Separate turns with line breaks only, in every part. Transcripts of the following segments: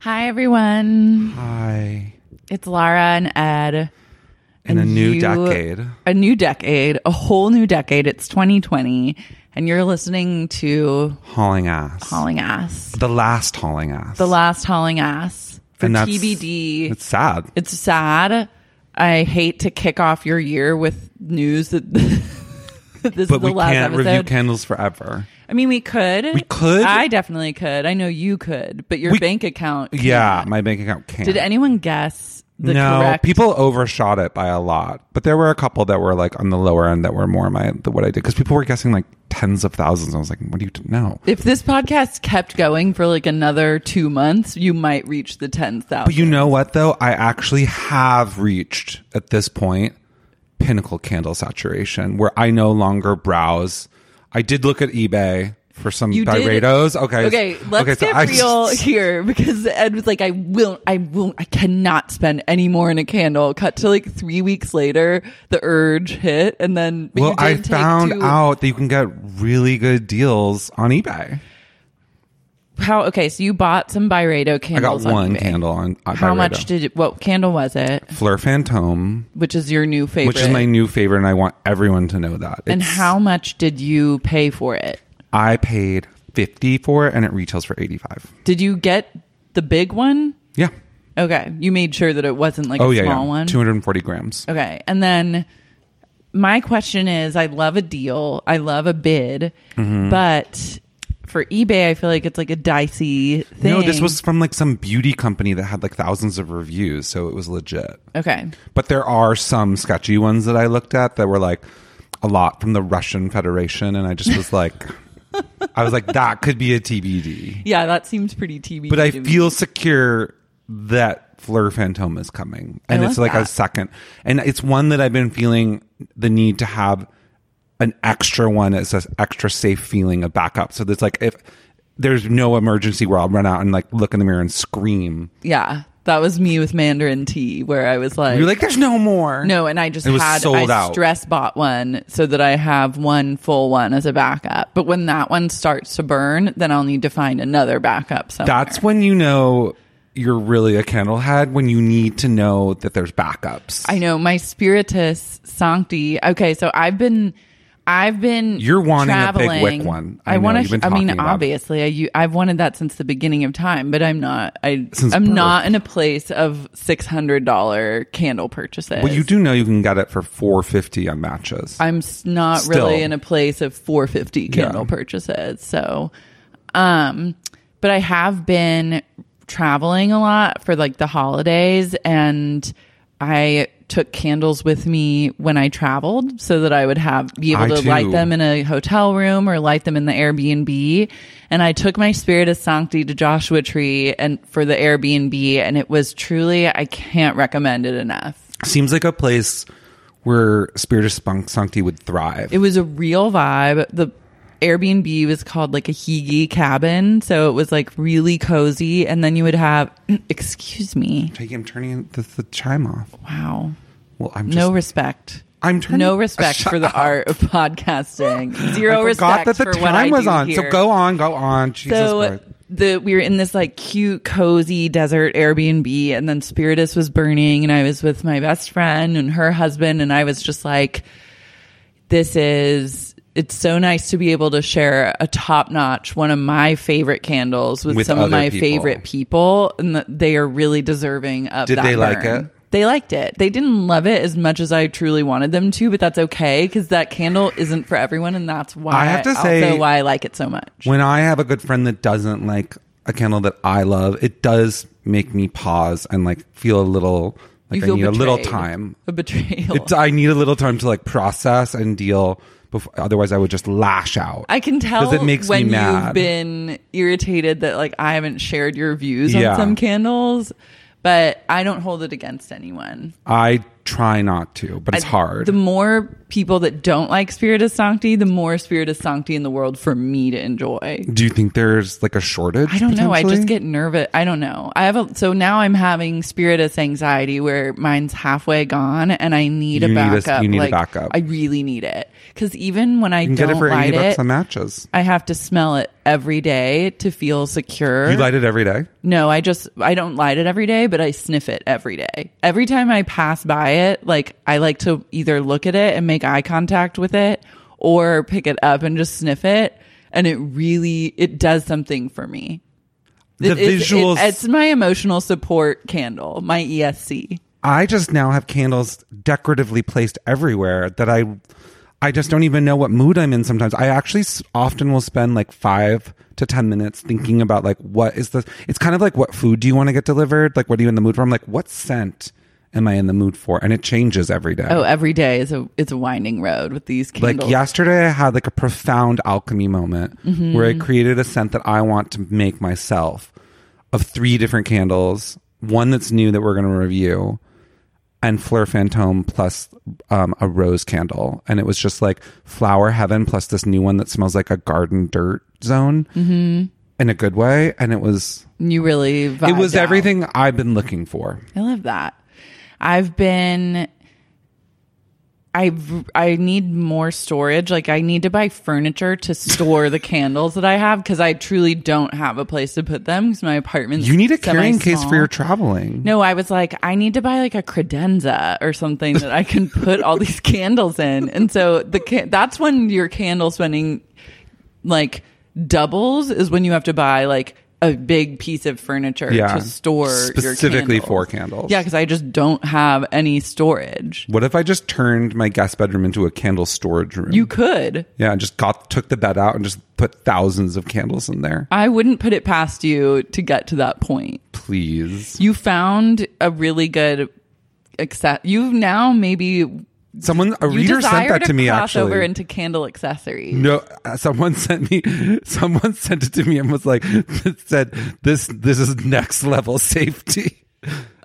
Hi, everyone.
Hi.
It's Lara and Ed.
In a new
you-
decade.
A new decade, a whole new decade. It's 2020, and you're listening to
Hauling ass.
Hauling Ass,
the last hauling ass.
the last Hauling Ass for
And that's-
TBD.
It's sad.
It's sad. I hate to kick off your year with news that that this is
but
the
we
last
can't
episode.
review candles forever.
I mean, we could.
We could?
I definitely could. I know you could, but your
We-
bank account.
Yeah,
can't.
my bank account can't.
Did anyone guess the
no,
correct?
people overshot it by a lot, but there were a couple that were like on the lower end that were more my the, what I did because people were guessing like tens of thousands. I was like, what do you do? No,
If this podcast kept going for like another two months, you might reach the ten
but
thousand.
you know what though? I actually have reached at this point pinnacle candle saturation where I no longer browse. I did look at eBay for some
You did-
Byredos. Okay,
Okay, let's
okay, so
get
I just-
real here because Ed was like, "I won't, I won't, I cannot spend any more in a candle." Cut to like three weeks later, the urge hit, and then but you
well, I
did take
found
two-
out that you can get really good deals on eBay.
how. Okay, so you bought some Byredo
I got
candles. on
one
eBay.
candle on. uh, on
How
Byredo.
much did it? What candle was it?
Fleur Fantôme,
Which is your new favorite?
which is my new favorite, and I want everyone to know that.
and
It's-
how much did you pay for it?
I paid fifty for it, and it retails for eighty five.
Did you get the big one?
Yeah.
Okay, you made sure that it wasn't like
oh
a
yeah,
small
yeah.
one.
two hundred and forty grams.
Okay, and then my question is: I love a deal, I love a bid,
Mm-hmm.
but for eBay, I feel like it's like a dicey thing.
No, this was from like some beauty company that had like thousands of reviews, so it was legit.
okay.
But there are some sketchy ones that I looked at that were like a lot from the Russian Federation, and I just was like, I was like, that could be a TBD.
Yeah, that seems pretty TBD.
But I
to me.
feel secure that Fleur Fantôme is coming,
I
and
love
it's like a
that.
second, and it's one that I've been feeling the need to have an extra one as an extra safe feeling of backup. So that's like if there's no emergency where I'll run out and like look in the mirror and scream.
yeah, that was me with Mandarin tea, where I was like,
You're like, there's no more.
no, and I just
It was
had
sold
I
out.
stress bought one so that I have one full one as a backup. But when that one starts to burn, then I'll need to find another backup. Somewhere.
That's when you know you're really a candlehead when you need to know that there's backups.
I know my spiritus sancti. Okay, so I've been, I've been.
You're wanting a big
traveling.
wick one. I
I,
know,
want
you've been
to. I mean,
talking about it.
obviously, I you, I've wanted that since the beginning of time, but I'm not. I
Since
I'm
birth.
not in a place of six hundred dollar candle purchases.
well, you do know you can get it for 450 on matches.
I'm s- not
Still.
really in a place of 450 candle
Yeah.
purchases. So, um, but I have been traveling a lot for like the holidays and I took candles with me when I traveled so that I would have be able
I
to
too.
light them in a hotel room or light them in the Airbnb. And I took my spirit of sancti to Joshua Tree and for the Airbnb and it was truly I can't recommend it enough.
Seems like a place where Spirit of Spunk Sancti would thrive.
It was a real vibe. The Airbnb was called like a Higi cabin, so it was like really cozy. And then you would have, excuse me,
Take- I'm turning the, the chime off.
wow,
Well, I'm just.
no respect.
I'm turning-
no respect
Shut
for the
up.
art of podcasting. Zero
I forgot
respect
that the
for what I
time was
do
on.
here.
So go on, go on. Jesus
so
Christ.
the we were in this like cute cozy desert airbnb and then spiritus was burning and i was with my best friend and her husband and i was just like this is it's so nice to be able to share a top notch one of my favorite candles with,
With
some of
other
my
people.
favorite people and th- they are really deserving of
Did
that
they like
burn.
it?
they liked it. They didn't love it as much as I truly wanted them to, but that's okay because that candle isn't for everyone, and that's why
I have to say-
also why I like it so much.
When I have a good friend that doesn't like a candle that I love, it does make me pause and like feel a little like I need a little
betrayed.
time.
A betrayal.
It's, I need a little time to like process and deal. Before, otherwise, I would just lash out.
I can tell
it makes
when
me
you've
mad.
been irritated that like I haven't shared your views on
Yeah.
some candles, but I don't hold it against anyone.
I try not to, but it's hard.
The more people that don't like Spiritus Sancti, the more Spiritus Sancti in the world for me to enjoy.
Do you think there's like a shortage?
I don't know. I just
potentially?
get nervous. I don't know. I have a so now I'm having spiritus anxiety where mine's halfway gone and I need
You
a
need a-
backup.
you need a
like,
backup.
I really need it because even when I
You can
don't
get it for
light
eighty bucks
it,
on matches.
I have to smell it every day to feel secure.
You light it every day.
No, I just I don't light it every day, but I sniff it every day. Every time I pass by it, like I like to either look at it and make eye contact with it or pick it up and just sniff it and it really it does something for me.
The
It- it's- it-
visuals.
it's my emotional support candle, my E ESC.
I just now have candles decoratively placed everywhere that I I just don't even know what mood I'm in sometimes. I actually s- often will spend like 5 to 10 minutes thinking about like what is the it's kind of like what food do you want to get delivered? Like what are you in the mood for? I'm like what scent am I in the mood for? And it changes every day.
Oh, every day is a it's a winding road with these
like
candles.
yesterday I had like a profound alchemy moment
Mm-hmm.
where I created a scent that I want to make myself of three different candles, one that's new that we're going to review and Fleur Fantôme plus um, a rose candle. And it was just like flower heaven plus this new one that smells like a garden dirt zone
Mm-hmm.
in a good way. And it was,
You really
it was
vibed out.
everything I've been looking for.
I love that. I've been I I need more storage. Like I need to buy furniture to store the candles that I have cuz I truly don't have a place to put them cuz my apartment's
You need a carrying case for
semi-small.
your traveling.
No, I was like, I need to buy like a credenza or something that I can put all these candles in. And so the ca- that's when your candle spending like doubles is when you have to buy like a big piece of furniture
Yeah.
to store
Specifically
your
for candles.
Yeah, because I just don't have any storage.
What if I just turned my guest bedroom into a candle storage room?
You could.
Yeah, and just got took the bed out and just put thousands of candles in there.
I wouldn't put it past you to get to that point.
Please.
You found a really good accept. You've now maybe
Someone a
you
reader sent
desire
that to me
cross
actually.
over into candle accessories.
no, uh, someone sent me. Someone sent it to me and was like, "said this. This is next level safety."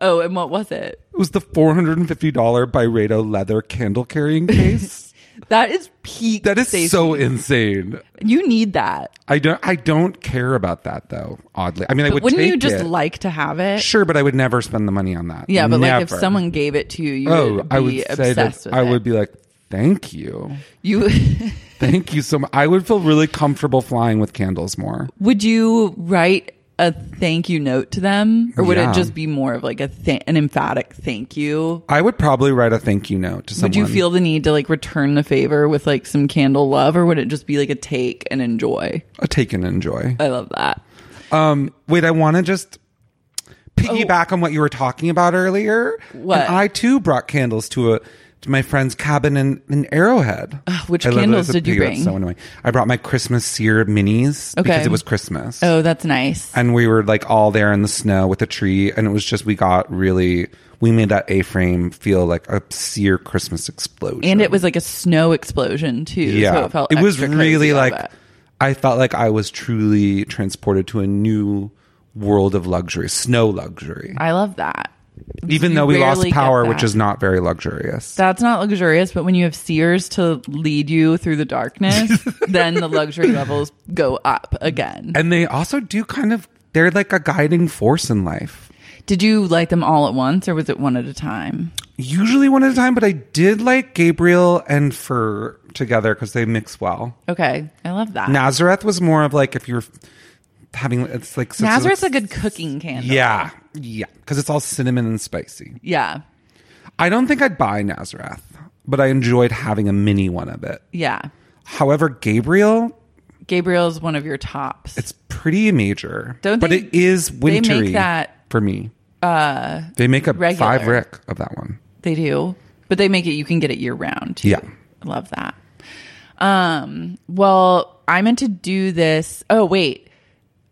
Oh, and what was it?
It was the four hundred and fifty dollar Byredo leather candle carrying case.
That is peak.
that is
safety.
so insane.
You need that.
I don't. I don't care about that though. Oddly, I mean, I would.
Wouldn't you
take
just
it.
like to have it?
Sure, but I would never spend the money on that.
Yeah, but like if
Never.
someone gave it to you, you
oh,
would be
I would say
obsessed
that
with
I
it.
would be like, thank you.
You
Thank you so much. I would feel really comfortable flying with candles more.
would you write a thank you note to them, or would
Yeah.
it just be more of like a th- an emphatic thank you?
I would probably write a thank you note to someone.
Would you feel the need to like return the favor with like some candle love, or would it just be like a take and enjoy?
a uh, take and enjoy?
I love that.
Um, wait, I want to just piggyback on what you were talking about earlier.
Oh. What?
And I too brought candles to a to my friend's cabin in, in Arrowhead.
which
I love that
candles
it's a
did you
piggyback, it's
bring?
So annoying. I brought my Christmas sear minis
Okay.
because it was Christmas.
Oh, that's nice.
and we were like all there in the snow with a tree and it was just we got really we made that a frame feel like a sear christmas explosion
and it was like a snow explosion too. so it, felt
was
extra crazy
really
of
like
it.
i felt like i was truly transported to a new world of luxury snow luxury
I love that.
even
you
though we
rarely
lost
get
power which
that.
is not very luxurious
That's not luxurious, but when you have seers to lead you through the darkness, then the luxury levels go up again.
and they also do kind of they're like a guiding force in life
Did you light them all at once or was it one at a time?
usually one at a time but i did like gabriel and fur together because they mix well
Okay. I love that.
Nazareth was more of like if you're having it's like such
Nazareth's a good cooking candle.
yeah yeah because it's all cinnamon and spicy.
Yeah.
I don't think I'd buy Nazareth, but I enjoyed having a mini one of it.
Yeah.
However, Gabriel,
Gabriel's one of your tops.
it's pretty major,
Don't
but
they-
it is
they make
wintry
that,
for me. Uh, they make a
regular.
five rick of that one.
They do, but they make it you can get it year round. Too.
Yeah.
I love that. Um, well, I meant to do this. Oh, wait.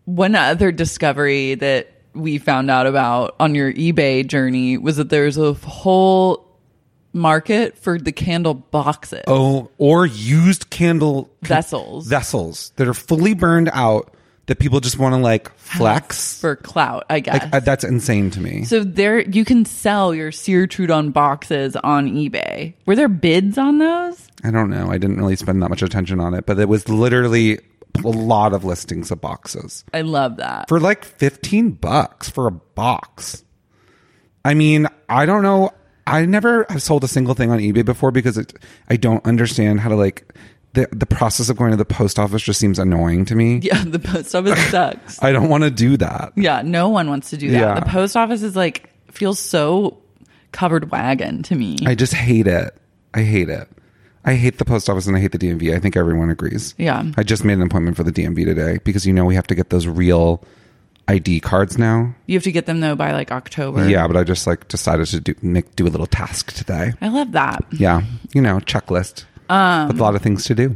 One other discovery that we found out about on your eBay journey was that there's a whole market for the candle boxes.
Oh, or used candle
Vessels.
vessels that are fully burned out that people just want to like flex.
For clout, I guess.
Like uh, that's insane to me.
so there, you can sell your sear Trudon boxes on eBay. Were there bids on those?
I don't know. I didn't really spend that much attention on it, but it was literally a lot of listings of boxes
I love that.
for like 15 bucks for a box. I mean, I don't know. I never have sold a single thing on eBay before because it, I don't understand how to like the the process of going to the post office just seems annoying to me.
Yeah, the post office sucks.
I don't want to do that.
Yeah, no one wants to do that.
Yeah.
The post office is like feels so covered wagon to me.
I just hate it. I hate it. I hate the post office and I hate the DMV. I think everyone agrees.
Yeah.
I just made an appointment for the DMV today because you know we have to get those real ID cards now.
you have to get them though by like October.
Yeah, but I just like decided to do make do a little task today.
I love that.
Yeah, you know, checklist. Um, with a lot of things to do.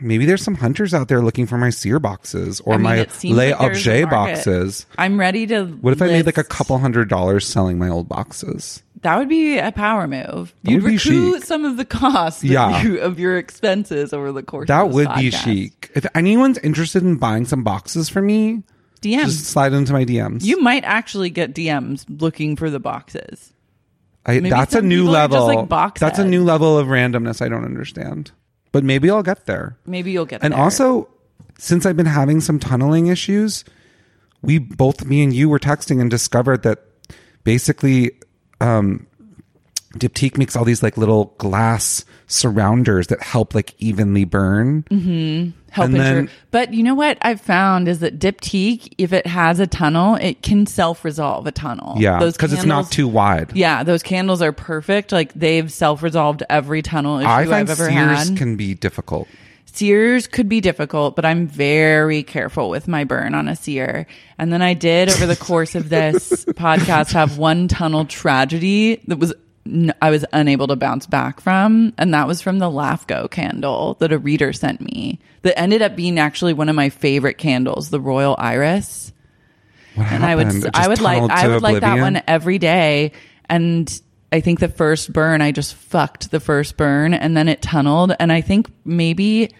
maybe there's some hunters out there looking for my sear boxes or
I mean,
my
it seems
lay
like there's a
objet
market.
boxes?
I'm ready to.
What if I made like a
list-
couple hundred dollars selling my old boxes?
That would be a power move.
That
You'd
would be
recoup
chic.
some of the costs of,
Yeah.
you, of your expenses over the course.
That
of this
would be
podcast.
chic. If anyone's interested in buying some boxes for me,
DMs.
just slide into my DMs.
you might actually get DMs looking for the boxes.
I,
maybe
that's a
some
new
people are just,
level.
like, box
that's a
heads.
new level of randomness I don't understand. But maybe I'll get there.
Maybe you'll get
And
there.
also, since I've been having some tunneling issues, we both, me and you, were texting and discovered that basically, um, Diptyque makes all these like little glass surrounders that help like evenly burn.
Mm-hmm. help
and
ensure.
then-
But you know what I've found is that Diptyque, if it has a tunnel, it can self resolve a tunnel.
Yeah,
Those
because it's not
candles-
too wide.
Yeah, those candles are perfect. Like they've self resolved every tunnel issue
I find
have ever
Sears
had.
can be difficult.
Sears could be difficult, but I'm very careful with my burn on a sear. And then I did over the course of this podcast have one tunnel tragedy that was n- I was unable to bounce back from, and that was from the LAFCO candle that a reader sent me. That ended up being actually one of my favorite candles, the Royal Iris.
What
And I would
happened? It
I
just
would like
tunneled
I
to
would like that
oblivion?
one every day. And I think the first burn, I just fucked the first burn and then it tunneled. And I think maybe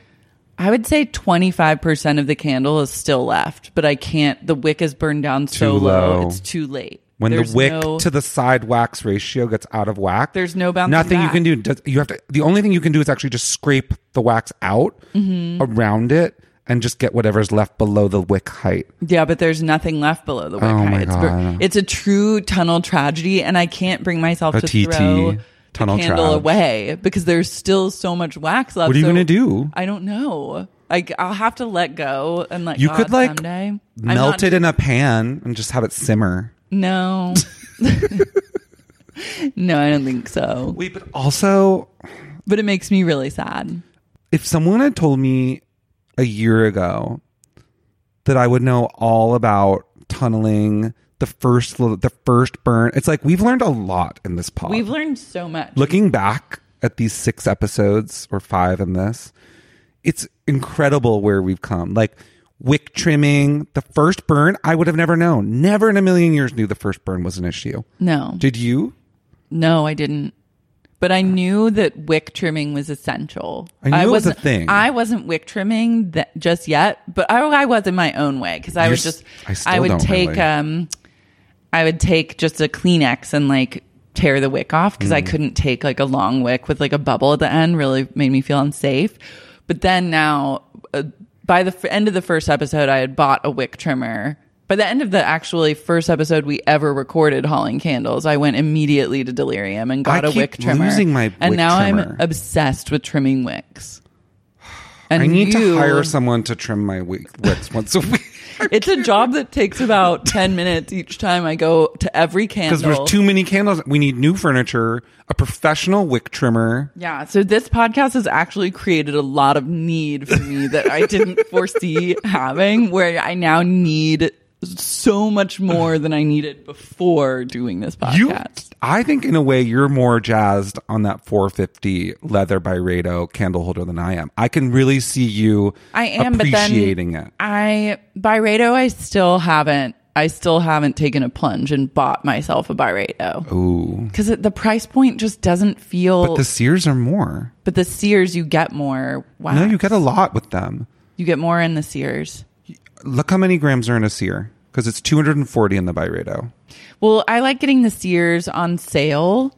I would say 25% of the candle is still left, but I can't. The wick is burned down so
Too
low.
low.
It's too late.
When
There's
the wick
no-
to the side wax ratio gets out of whack,
There's no bouncing
Nothing
back.
you can do. Does- You have to. The only thing you can do is actually just scrape the wax out Mm-hmm. around it and just get whatever's left below the wick height.
Yeah, but there's nothing left below the wick
Oh my
height. It's, bur-
God.
it's a true tunnel tragedy, and I can't bring myself
A
to
TT
throw
tunnel
the candle
trage.
away because there's still so much wax left.
What are you
so
gonna do?
I don't know. I, will have to let go and let
You
God
could like
someday. I'm
melt
not-
it in a pan and just have it simmer.
No. no, I don't think so.
Wait, but also
But it makes me really sad.
if someone had told me a year ago that I would know all about tunneling, the first little- the first burn, it's like we've learned a lot in this pod.
We've learned so much.
looking back at these six episodes or five in this, it's incredible where we've come. Like wick trimming, the first burn, I would have never known. Never in a million years knew the first burn was an issue.
No.
Did you?
No, I didn't. But I knew that wick trimming was essential.
I knew it was a
wasn't-
thing.
I wasn't wick trimming that just yet, but I, I was in my own way because I
You're
was
s-
just
I still
would
don't
take
really.
um I would take just a Kleenex and like tear the wick off because I
Mm.
couldn't take like a long wick with like a bubble at the end. Really made me feel unsafe. But then now, uh, by the f- end of the first episode, I had bought a wick trimmer. By the end of the actually first episode we ever recorded, hauling candles, I went immediately to Delirium and got
I
a
keep
wick trimmer.
losing my
and
wick
now
trimmer.
I'm obsessed with trimming wicks. And
I need
you-
to hire someone to trim my wick, wicks once a week
It's a job that takes about ten minutes each time I go to every candle
because there's too many candles. We need new furniture, a professional wick trimmer.
Yeah, so this podcast has actually created a lot of need for me that I didn't foresee having, where I now need so much more than I needed before doing this podcast.
You I think in a way you're more jazzed on that 450 leather Byredo candle holder than I am. I can really see you
I am, but then
appreciating it.
I Byredo, I still haven't. I still haven't taken a plunge and bought myself a Byredo. Ooh, because the price point just doesn't feel.
But the Sears are more.
but the Sears, you get more. Wow,
No, you get a lot with them.
you get more in the Sears.
Look how many grams are in a Sear because it's 240 in the Byredo.
Well, I like getting the Sears on sale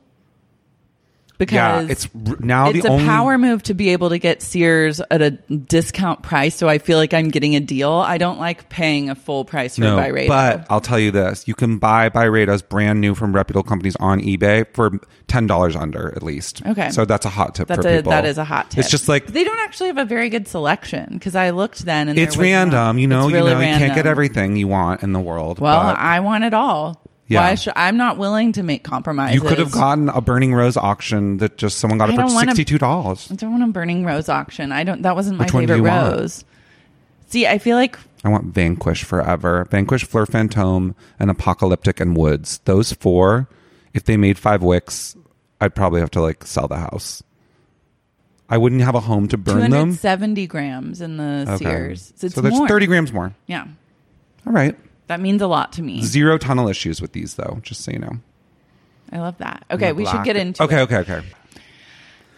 Yeah,
because
it's r- now
it's
the
a
only
power move to be able to get Sears at a discount price, so I feel like I'm getting a deal. I don't like paying a full price for
no,
a Byredo.
but I'll tell you this: you can buy Byredos brand new from reputable companies on eBay for ten dollars under at least.
Okay.
so that's a hot tip
That's
for
a,
people.
that is a hot tip.
It's just like
But they don't actually have a very good selection because I looked then and
it's
there was not-
random. you know,
it's really
you know, you can't get
random.
everything you want in the world.
Well,
but
I want it all.
Yeah.
Why should I'm not willing to make compromises?
you could have gotten a burning rose auction that just someone got it
I
for
don't wanna-
sixty two dollars.
I don't want a burning rose auction. I don't. That wasn't my
Which one do
favorite
you want?
rose. See, I feel like
I want Vanquish forever. Vanquish, Fleur Fantôme, and Apocalyptic and Woods. Those four, if they made five wicks, I'd probably have to like sell the house. I wouldn't have a home to burn them.
270 grams in the Sears. It's
so there's
more.
30 grams more.
Yeah,
All right.
that means a lot to me.
Zero tunnel issues with these, though, just so you know.
I love that. Okay, we should get into
okay,
it.
Okay, okay,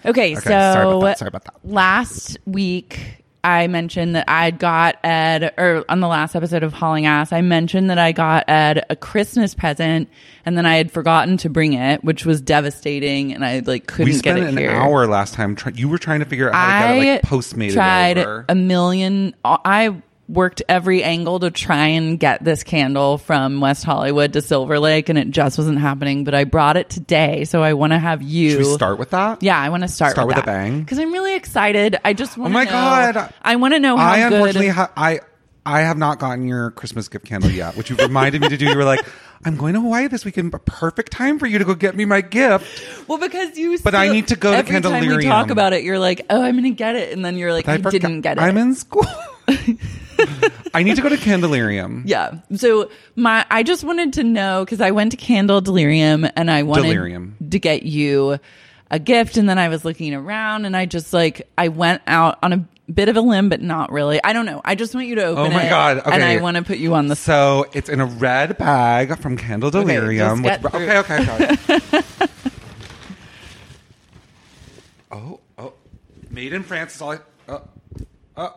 Okay, so
sorry about that, sorry about that.
last week I mentioned that I got Ed, or on the last episode of Hauling Ass, I mentioned that I got Ed a Christmas present, and then I had forgotten to bring it, which was devastating, and I like couldn't
We spent
get it
an
here.
hour last time. Try- you were trying to figure out how to
I
get it, like, postmated
tried
over.
a million. I worked every angle to try and get this candle from West Hollywood to Silver Lake, and it just wasn't happening. But I brought it today, so I want to have you
Should we start with that?
yeah, I want to start,
Start
with,
with a bang?
because I'm really excited. I just
Oh
want
my
know,
god!
I want to know how
I
good.
unfortunately ha- I I have not gotten your Christmas gift candle yet, which you reminded me to do. You were like, "I'm going to Hawaii this weekend. A perfect time for you to go get me my gift."
well, because you.
But I
still-
need to go to
every time we
Candelarium.
talk about it, you're like, oh, I'm going to get it, and then you're like, I,
forgot-
didn't get it.
I'm in school. I need to go to Candelarium.
yeah. So my, I just wanted to know because I went to Candle Delirium and I wanted
Delirium.
to get you a gift, and then I was looking around and I just like I went out on a bit of a limb, but not really. I don't know. I just want you to open.
Oh my
it,
God.
And
Okay.
I want to put you on the
So it's in a red bag from Candle
just
Delirium.
get
with-
through.
okay, okay, okay. oh, oh, made in France is all. I, oh, oh.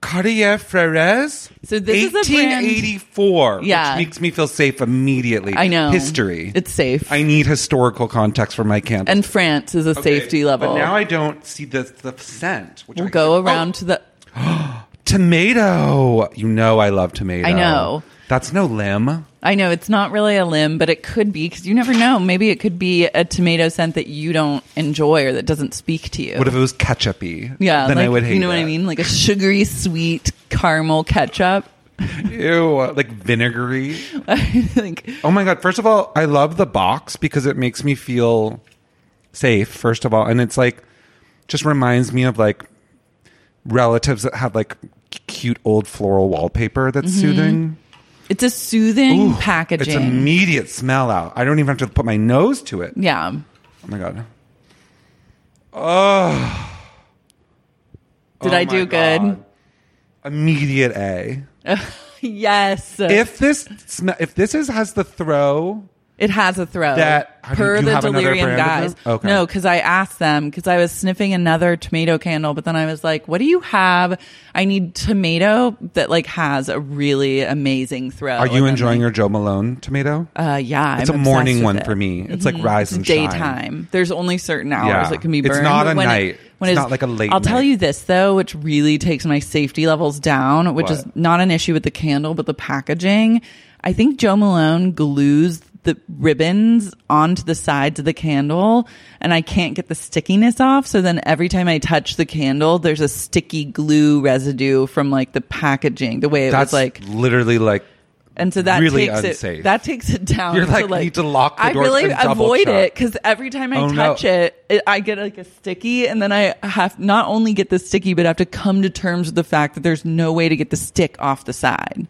Cartier Frères.
So this is a brand-
1884,
Yeah.
which makes me feel safe immediately.
I know.
history.
It's safe.
I need historical context for my candle
and France is a safety level.
But now I don't see the the scent. Which
We'll
I-
go
Oh,
around to the.
tomato. You know I love tomato.
I know.
that's no limb.
I know it's not really a limb, but it could be because you never know. Maybe it could be a tomato scent that you don't enjoy or that doesn't speak to you.
What if it was ketchupy?
yeah,
then I
like,
would hate.
You know what
it.
I mean? Like a sugary, sweet caramel ketchup.
Ew, like vinegary.
like
Oh my god! First of all, I love the box because it makes me feel safe. First of all, and it's like just reminds me of like relatives that have like cute old floral wallpaper that's soothing.
it's a soothing Mm-hmm. packaging.
It's immediate smell out. I don't even have to put my nose to it.
yeah,
Oh my god.
did
Oh
I do
my
good?
God. Immediate A.
Yes,
If this sm- if this is has the throw,
It has a throw.
That- do
per
you
the
have another
delirium
brand of
guys.
them? Okay.
No, because I asked them because I was sniffing another tomato candle, but then I was like, "What do you have? I need tomato that like has a really amazing throw."
are you enjoying your Joe Malone tomato?
Uh, yeah,
it's
I'm
a morning
obsessed with
one
it. Mm-hmm.
for me. It's like rise
It's
and shine.
daytime. There's only certain hours
Yeah.
it can be
It's
burned.
not
but
a
when it-
night.
when
It's not like a late
I'll tell
night.
you this though, which really takes my safety levels down, which is
What?
not an issue with the candle, but the packaging. I think Joe Malone glues the ribbons onto the sides of the candle and I can't get the stickiness off. So then every time I touch the candle, there's a sticky glue residue from like the packaging, the way it
That's
was like
like literally like
and so that
really
takes
unsafe.
it. That takes it down.
You're like,
to like
need to lock the
I
doors
really
and double
avoid
check.
it because every time I
Oh, no.
touch it, it, I get like a sticky, and then I have not only get the sticky, but I have to come to terms with the fact that there's no way to get the stick off the side.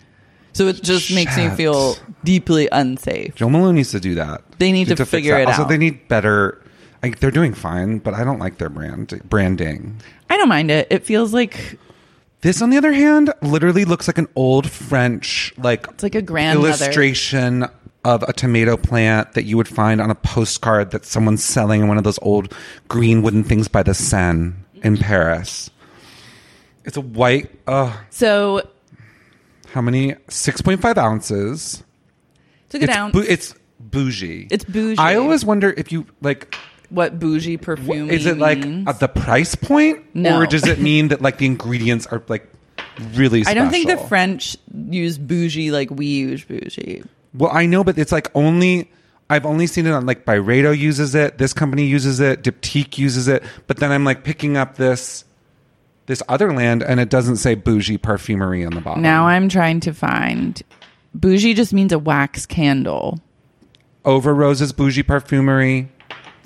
So it just makes me
Shit.
feel deeply unsafe.
Joe Malone needs to do that.
They need to
fix
figure
that.
it
also,
out.
they need better. I, they're doing fine, but I don't like their brand branding.
I don't mind it. It feels like
This, on the other hand, literally looks like an old French like
It's like a grandmother.
illustration of a tomato plant that you would find on a postcard that someone's selling in one of those old green wooden things by the Seine in Paris. It's a white. Uh,
so.
how many? Six point five ounces.
Took it
It's,
down.
bou- it's bougie.
It's bougie.
I always wonder if you like
what bougie perfume
Is it like
means.
at the price point,
No.
or does it mean that like the ingredients are like really?
I
Special?
don't think the French use bougie like we use bougie.
Well, I know, but it's like only I've only seen it on like Byredo uses it. This company uses it. Diptyque uses it. But then I'm like picking up this this other land, and it doesn't say bougie perfumery on the bottom.
Now I'm trying to find bougie just means a wax candle.
over roses bougie perfumery,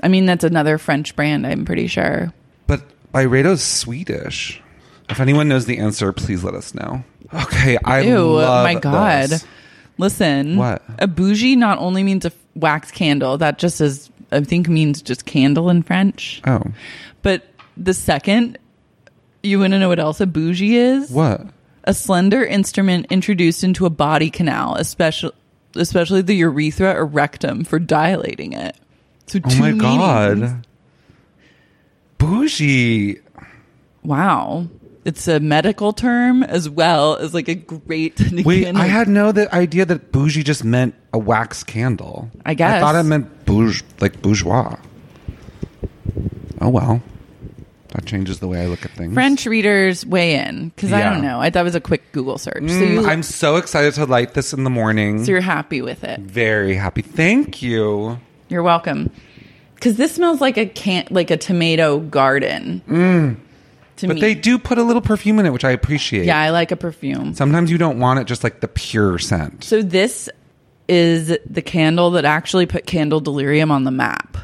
I mean that's another French brand, I'm pretty sure.
but Byredo's Swedish. If anyone knows the answer, please let us know. Okay, I
Ew, oh
love
my god.
this.
Listen.
What?
A bougie not only means a f- wax candle, that just is I think means just candle in French.
Oh,
But the second you want to know what else a bougie is?
what? Oh
a slender instrument introduced into a body canal, especially especially the urethra or rectum for dilating it. So
Oh
two
my
meanings.
god. Bougie.
Wow. It's a medical term as well as like a great
Wait,
again,
I
like,
had no the idea that bougie just meant a wax candle.
I guess.
I thought it meant bouge like bourgeois. Oh well. That changes the way I look at things.
French readers weigh in because I
Yeah.
don't know. I that was a quick Google search. so,
Mm,
you,
I'm so excited to light this in the morning.
so you're happy with it.
Very happy. Thank you.
You're welcome. Because this smells like a can like a tomato garden. To
Mm. But
me,
they do put a little perfume in it, which I appreciate.
yeah, I like a perfume.
Sometimes you don't want it just like the pure scent.
So this is the candle that actually put Candle Delirium on the map.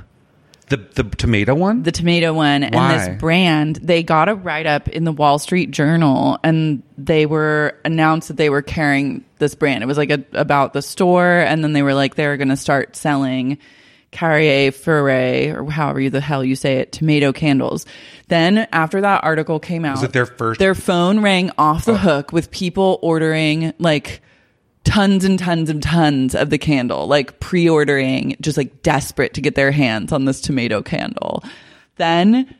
The the tomato one?
The tomato one
Why?
and this brand, they got a write up in the Wall Street Journal and they were announced that they were carrying this brand. It was like a, about the store and then they were like they were going to start selling Carrier Furet or however you the hell you say it, tomato candles. Then after that article came out,
it their first- Oh.
their phone rang off the hook with people ordering like tons and tons and tons of the candle, like pre ordering, just like desperate to get their hands on this tomato candle. Then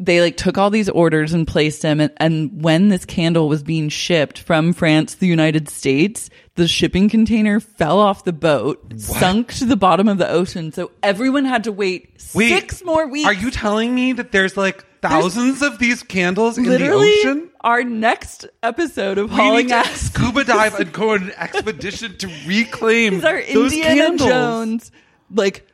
they like took all these orders and placed them. And, and when this candle was being shipped from France to the United States, the shipping container fell off the boat, sunk to the bottom of the ocean. So everyone had to wait
Wait,
six more weeks.
Are you telling me that there's like thousands of these candles in the
literally
ocean?
our next episode of
We
Hauling
need to
Ass?
scuba dive and go on an expedition to reclaim
These are
those
Indiana
candles.
Jones. Like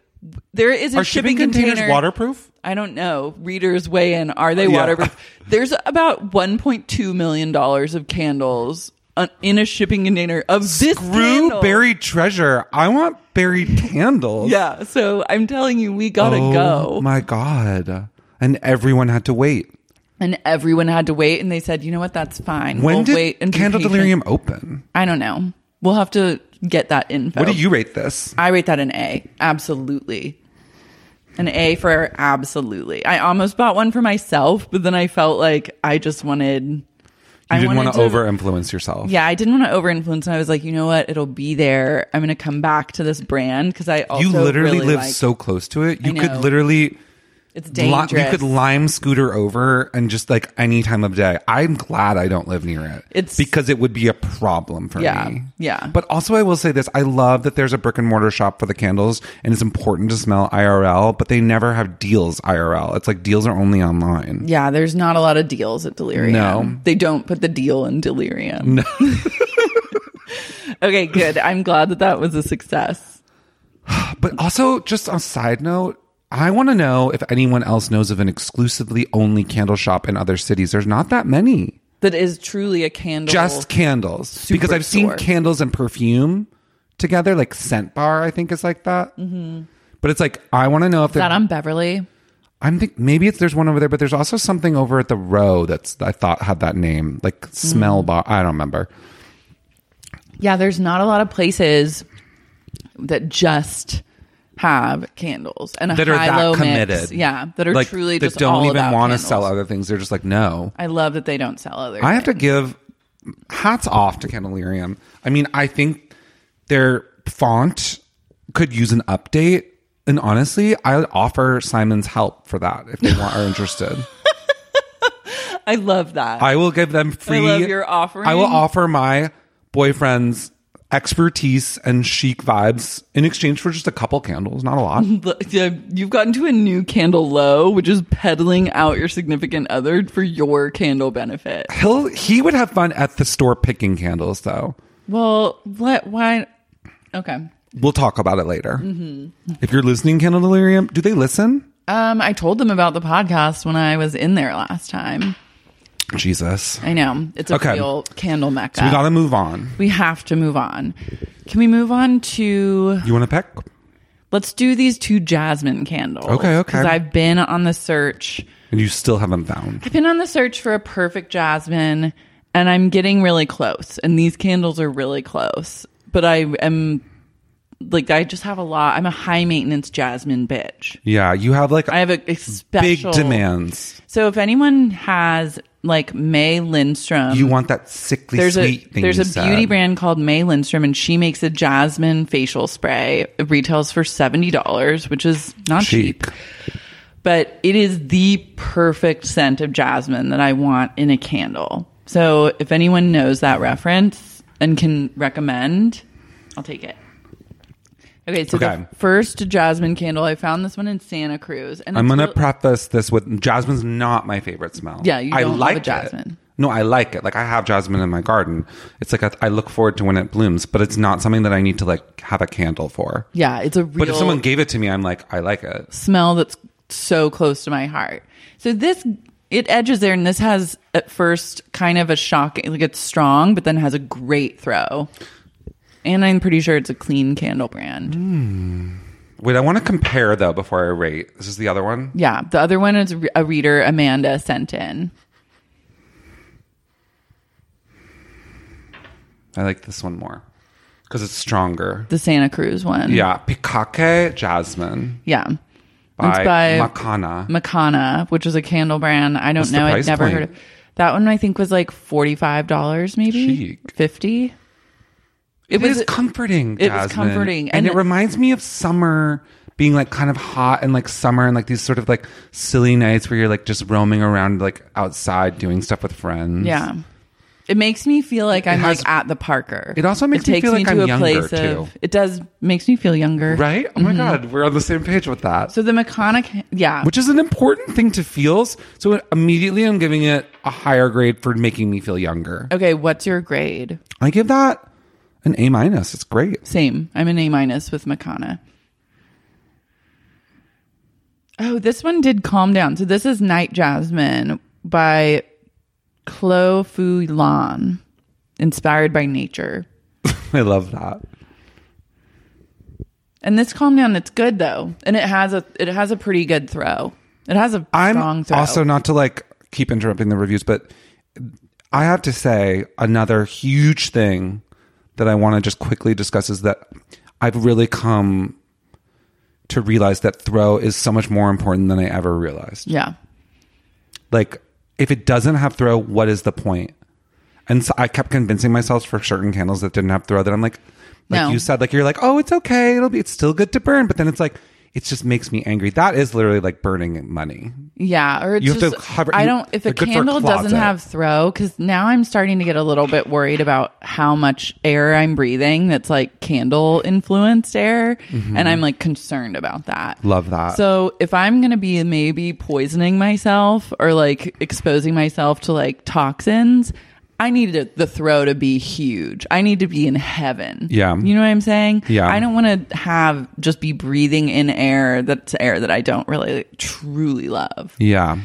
there is a
Are
shipping,
shipping containers
container.
waterproof?
I don't know. Readers weigh in. Are they
Yeah.
waterproof? There's about 1.2 million dollars of candles on, in a shipping container of this
Rue
candle.
buried treasure. I want buried candles.
Yeah. So I'm telling you, we gotta
Oh,
go.
My God. And everyone had to wait.
and everyone had to wait, and they said, you know what? That's fine.
When
we'll
did
wait and be
Candle
patient."
Delirium open?
I don't know. We'll have to get that info.
What do you rate this?
I rate that an A. Absolutely. An A for absolutely. I almost bought one for myself, but then I felt like I just wanted.
You
I
didn't
wanted
want to over influence yourself.
Yeah, I didn't want to over influence. And I was like, you know what? It'll be there. I'm going to come back to this brand because I also.
You literally
really
live
like-
so close to it. You
know.
could literally
It's
Li-
dangerous.
you could lime scooter over and just like any time of day. I'm glad I don't live near it.
It's-
because it would be a problem for
Yeah,
me.
yeah.
But also, I will say this: I love that there's a brick and mortar shop for the candles, and it's important to smell IRL. But they never have deals IRL. It's like deals are only online.
yeah, there's not a lot of deals at Delirium.
No.
They don't put the deal in Delirium. No. okay, good. I'm glad that that was a success.
But also, just on a side note. I want to know if anyone else knows of an exclusively only candle shop in other cities. There's not that many.
That is truly a candle.
just candles because I've seen
Superstore.
candles and perfume together, like scent bar. I think is like that. But it's like I want to know if
Mm-hmm. that
there,
on Beverly.
I'm think maybe it's there's one over there, but there's also something over at the
Mm.
row that's I thought had that name, like smell bar. I don't remember.
Yeah, there's not a lot of places that just have candles and a
that are
high-low
that
mix.
committed.
Yeah, that are
Like,
truly
that
just
don't
all
even
about
wanna
candles.
sell other things. They're just like, no.
I love that they don't sell other.
I have to
things.
give hats off to Candelarium. I mean, I think their font could use an update. And honestly, I'd offer Simon's help for that if they want are interested.
I love that.
I will give them free.
love your offering.
I will offer my boyfriend's expertise and chic vibes in exchange for just a couple candles, not a lot.
Look, yeah, You've gotten to a new candle low, which is peddling out your significant other for your candle benefit.
He'll he would have fun at the store picking candles, though.
Well, what? Why? Okay.
We'll talk about it later.
Mm-hmm.
If you're listening, Candelarium, do they listen?
Um, I told them about the podcast when I was in there last time.
Jesus.
I know it's a
Okay.
real candle mecca.
So we gotta move on.
We have to move on. Can we move on to?
You want to pick?
Let's do these two jasmine candles.
Okay, okay.
Because I've been on the search.
And you still haven't found.
I've been on the search for a perfect jasmine and I'm getting really close and these candles are really close. But I am like I just have a lot. I'm a high maintenance jasmine bitch.
Yeah, you have like
I have a, a
big
special
demands.
So if anyone has like May Lindstrom,
you want that sickly
there's a
sweet thing.
there's
you
a
said.
beauty brand called May Lindstrom and she makes a jasmine facial spray. It retails for seventy dollars, which is not cheap
chic.
but it is the perfect scent of jasmine that I want in a candle. So if anyone knows that reference and can recommend, I'll take it. Okay, so
Okay.
the first jasmine candle, I found this one in Santa Cruz, and
I'm
it's
gonna
real-
preface this with jasmine's not my favorite smell.
Yeah, you
I
don't love a
like it.
jasmine.
No, I like it. Like I have jasmine in my garden. It's like a, I look forward to when it blooms, but it's not something that I need to like have a candle for.
yeah, it's a real
But if someone gave it to me, I'm like, I like it.
smell that's so close to my heart. So this it edges there, and this has at first kind of a shocking, like it's strong, but then has a great throw. And I'm pretty sure it's a clean candle brand.
Mm. Wait, I want to compare though before I rate. This is the other one.
Yeah, the other one is re- a reader Amanda sent in.
I like this one more because it's stronger.
The Santa Cruz one.
Yeah, Pikake Jasmine
Yeah.
by,
it's by
Makana.
Makana, which is a candle brand. I don't
What's the
know. I'd
price
never
point?
heard of That one I think was like $45 maybe.
Chic.
50.
It
was-
was comforting.
it was
Jasmine.
comforting,
and,
and-
it reminds me of summer being like kind of hot and like summer and like these sort of like silly nights where you're like just roaming around like outside doing stuff with friends.
Yeah. It makes me feel like I'm
has-
like at the Parker.
It also makes me
takes
feel like I'm younger, too.
It does makes me feel younger.
Right? Oh my god, we're on the same page with that.
Mm-hmm. So the Makana ca- yeah.
which is an important thing to feel. So immediately I'm giving it a higher grade for making me feel younger.
okay, what's your grade?
I give that an A minus. It's great.
Same. I'm an A minus with Makana. Oh, this one did calm down. So this is Night Jasmine by Chloe Fu Lan, inspired by nature.
I love that.
And this calm down, it's good though, and it has a it has a pretty good throw. It has a
I'm
strong throw.
also not to like keep interrupting the reviews, but I have to say another huge thing that I want to just quickly discuss is that I've really come to realize that throw is so much more important than I ever realized.
yeah.
Like if it doesn't have throw, what is the point? And so I kept convincing myself for certain candles that didn't have throw that I'm like, like
No.
you said, like you're like, oh, it's okay, it'll be, it's still good to burn, but then it's like, it just makes me angry. That is literally like burning money.
Yeah, or it's
You have to
just,
cover-
I
you-
don't. If a
they're good for a
candle doesn't
closet.
have throw, because now I'm starting to get a little bit worried about how much air I'm breathing. That's like candle influenced air, and I'm like concerned about that.
Mm-hmm. Love that.
So if I'm gonna be maybe poisoning myself or like exposing myself to like toxins. I need to- the throw to be huge. I need to be in heaven.
Yeah.
You know what I'm saying?
Yeah.
I don't want to have just be breathing in air that's air that I don't really truly love.
Yeah.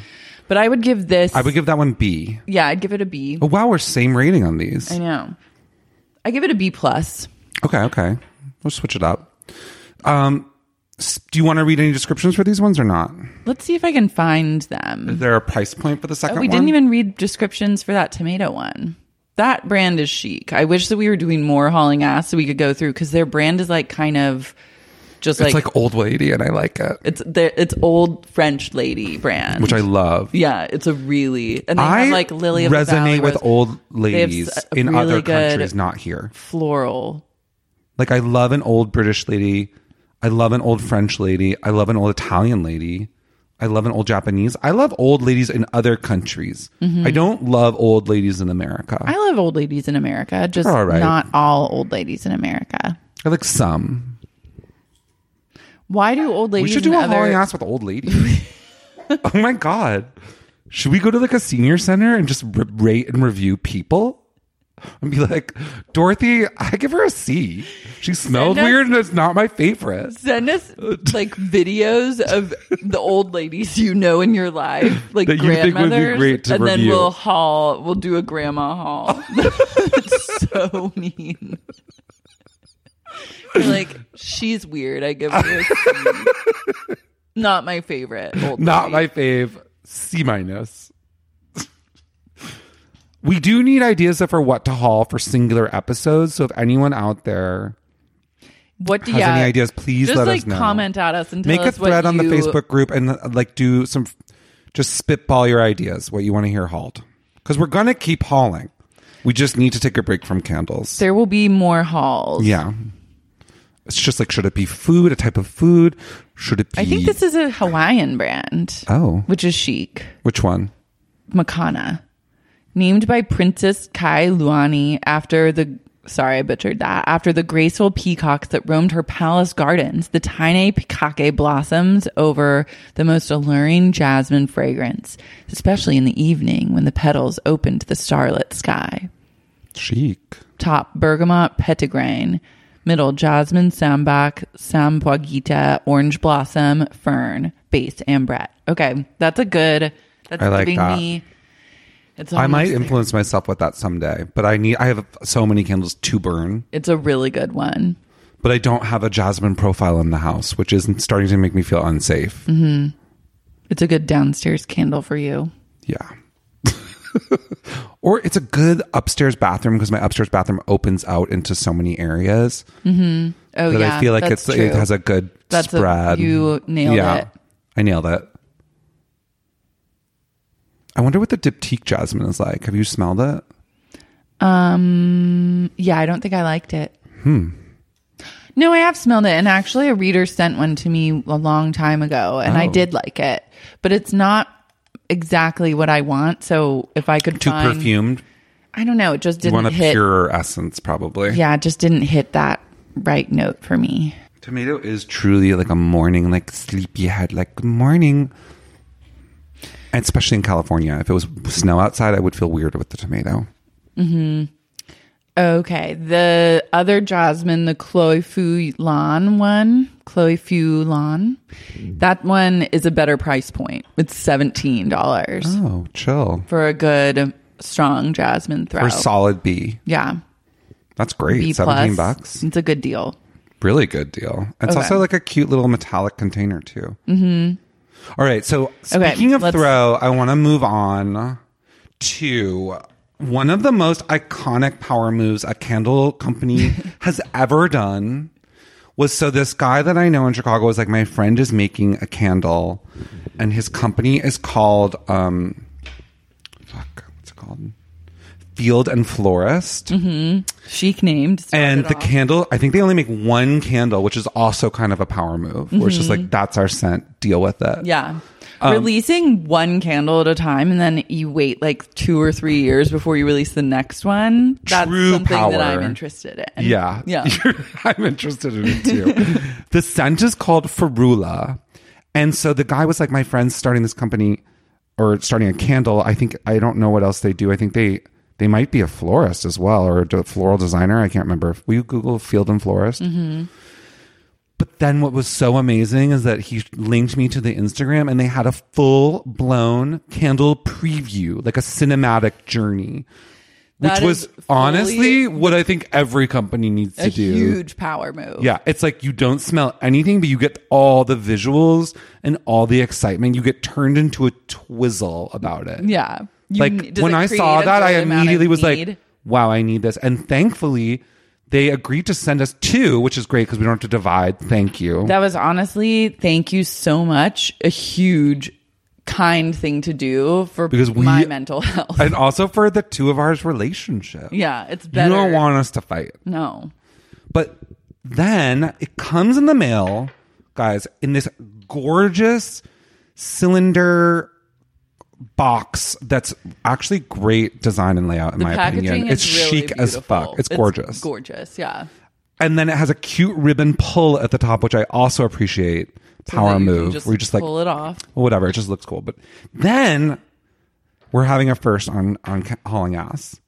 But I would give this.
I would give that one B.
yeah, I'd give it a B.
Oh, wow, we're same rating on these.
I know. I give it a B plus.
Okay, okay. We'll switch it up. Um, s- do you want to read any descriptions for these ones or not?
Let's see if I can find them.
Is there a price point for the second
Oh, We
one?
didn't even read descriptions for that tomato one. that brand is chic. I wish that we were doing more hauling ass so we could go through because their brand is like kind of just
it's like old lady, and I like it,
it's the it's old French lady brand,
which I love.
Yeah, it's a really and they
I
have like Lily of the
resonate
Valley
with
rose-
old
They have
ladies
s- a
in other
really good
countries, not here.
floral.
Like I love an old British lady. I love an old French lady. I love an old Italian lady. I love an old Japanese. I love old ladies in other countries. I don't love old ladies in America.
Mm-hmm. I
I,
love old ladies in America, just
All right.
not all old ladies in America.
like some.
Why do old
We
ladies?
should do
in
a
other-
hauling ass with old ladies. oh my god! Should we go to like a senior center and just r- rate and review people? And be like, Dorothy, I give her a C. She smells
Send us-
weird and it's not my favorite.
Send us like videos of the old ladies you know in your life, like
That you think would be
grandmothers,
great to
and then
review.
we'll haul. We'll do a grandma haul. That's so mean. We're like she's weird. I give her a C. not my favorite. Old
Not
lady.
my fave. C minus. we do need ideas for what to haul for singular episodes. So if anyone out there
What do
has
you
any ideas, please
just
let
like
us know.
comment at us and tell
Make a
us what
thread on the
you-
Facebook group and uh, like do some, just spitball your ideas, what you want to hear hauled. Because we're going to keep hauling. We just need to take a break from candles.
There will be more hauls.
yeah. It's just like, should it be food, a type of food? Should it be.
I think this is a Hawaiian brand.
Oh.
Which is chic.
Which one?
Makana. Named by Princess Kai Luani after the sorry, I butchered that. After the graceful peacocks that roamed her palace gardens, the tiny pikake blossoms over the most alluring jasmine fragrance, especially in the evening when the petals opened the starlit sky
Chic.
top bergamot petigrain, middle jasmine sambac, sambuagita, orange blossom, fern, base ambrette. Okay, that's a good. That's
I like
giving
that.
me. It's
I might
almost like-
influence myself with that someday, but I need I have so many candles to burn,
It's a really good one.
but I don't have a jasmine profile in the house, which is starting to make me feel unsafe.
It's a good downstairs candle for you.
Yeah. or it's a good upstairs bathroom because my upstairs bathroom opens out into so many areas
Oh
that
yeah,
I feel like
that's
it's it
true.
has a good
That's a-
spread.
you nailed it.
I nailed it. I wonder what the diptyque jasmine is like. Have you smelled it?
Um, yeah, I don't think I liked it. Hmm. No, I have smelled it, and actually, a reader sent one to me a long time ago, and I
Oh.
did like it, but it's not exactly what I want. So if I could
Too
find,
perfumed.
I don't know, it just
You
didn't
want a
hit.
purer essence, probably.
Yeah, it just didn't hit that right note for me.
Tomato is truly like a morning, like sleepyhead, like good morning. And especially in California, if it was snow outside, I would feel weird with the tomato.
Okay, the other jasmine, the Chloe Fu Lan one, Chloe Fu Lan, that one is a better price point. It's seventeen dollars.
Oh, chill.
for a good strong jasmine throw.
Or solid B.
yeah,
That's great.
B plus.
Seventeen bucks.
It's a good deal.
Really good deal. It's
Okay.
also like a cute little metallic container too. Mm-hmm. right. So
Okay,
speaking of
let's-
throw, I want to move on to one of the most iconic power moves a candle company has ever done. Was so this guy that I know in Chicago was like, my friend is making a candle, and his company is called um, fuck, what's it called? Field and Florist
Chic named
and the candle i think they only make one candle which is also kind of a power move where it's just like that's our scent deal with it
yeah. Releasing one candle at a time, and then you wait like two or three years before you release the next one. That's
True
something that
power.
I'm interested in.
yeah
yeah.
i'm interested in it too the scent is called ferula and so the guy was like my friend's starting this company or starting a candle i think i don't know what else they do i think they they might be a florist as well or a floral designer i can't remember will you google field and florist
Mm-hmm.
But then what was so amazing is that he linked me to the Instagram and they had a full blown candle preview, like a cinematic journey, which
That
was
is
honestly what I think every company needs to
a
do.
huge power move.
yeah, it's like you don't smell anything, but you get all the visuals and all the excitement. You get turned into a twizzle about it.
yeah. You
like
ne- does
when
it
I
create
saw
a
that, I
certain amount of
immediately was
need?
like, wow, I need this. And thankfully, they agreed to send us two, which is great because we don't have to divide. Thank you.
That was honestly, thank you so much. A huge, kind thing to do for
Because we-
my mental health.
and also for the two of ours relationship.
yeah, it's
You
better.
don't want us to fight.
no.
But then it comes in the mail, guys, in this gorgeous cylinder box that's actually great design and layout in
The
my
packaging
opinion.
is
it's
really
chic as fuck.
beautiful.
It's gorgeous.
gorgeous, yeah.
and then it has a cute ribbon pull at the top, which I also appreciate. Power
that you can
move.
just
We're just like
pull it off.
Whatever. It just looks cool. But then we're having a first on on ca- hauling ass.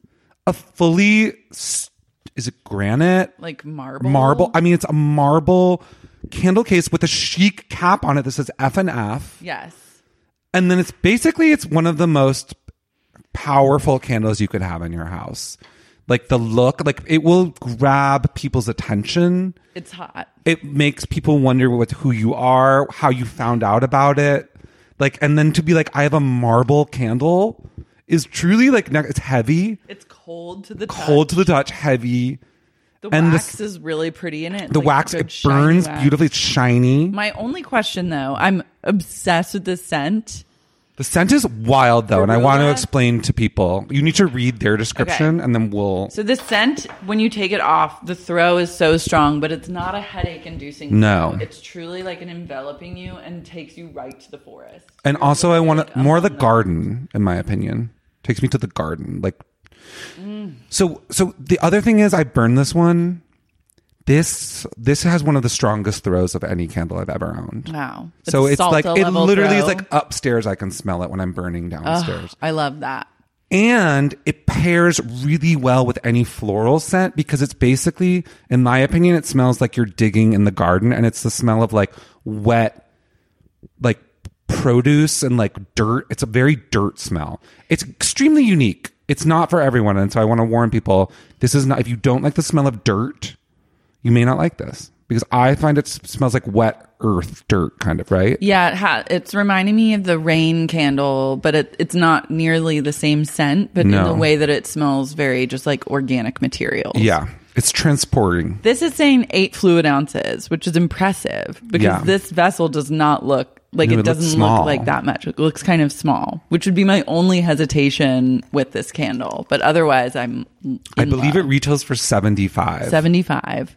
A fully s- is it granite
Like marble.
marble. I mean, it's a marble candle case with a chic cap on it that says F and F,
yes.
and then it's basically it's one of the most powerful candles you could have in your house. Like the look, like it will grab people's attention.
It's hot.
It makes people wonder what who you are, how you found out about it. Like, and then to be like, I have a marble candle is truly like ne- it's heavy,
It's cold to the
cold
touch.
to the touch, heavy.
The
and
wax
the-
is really pretty in it.
The
like
wax
good
it
shiny
burns
wax.
beautifully, it's shiny.
My only question though, I'm obsessed with this scent.
The scent is wild though, and I want to
Barilla?
explain to people. You need to read their description
Okay.
and then we'll
So the scent, when you take it off, the throw is so strong, but it's not a headache-inducing.
No.
throw. it's truly like an enveloping you and takes you right to the forest.
And also I want
like,
to more of the
among them.
garden in my opinion. Takes me to the garden like
Mm.
So so the other thing is I burned this one. This this has one of the strongest throws of any candle I've ever owned.
Wow.
So it's like it
Salsa-level
literally is
throw.
like upstairs I can smell it when I'm burning downstairs.
I love that.
and it pairs really well with any floral scent because it's basically in my opinion it smells like you're digging in the garden and it's the smell of like wet like produce and like dirt it's a very dirt smell it's extremely unique it's not for everyone and so i want to warn people this is not if you don't like the smell of dirt you may not like this because i find it s- smells like wet earth dirt kind of right
Yeah, it ha- it's reminding me of the rain candle, but it, it's not nearly the same scent, but in
No.
the way that it smells very just like organic material.
yeah it's transporting
This is saying eight fluid ounces, which is impressive because
Yeah.
this vessel does not look like
No, it
it,
looks
doesn't
small.
look like that much. It looks kind of small, which would be my only hesitation with this candle. But otherwise, I'm.
i believe it retails for 75
75.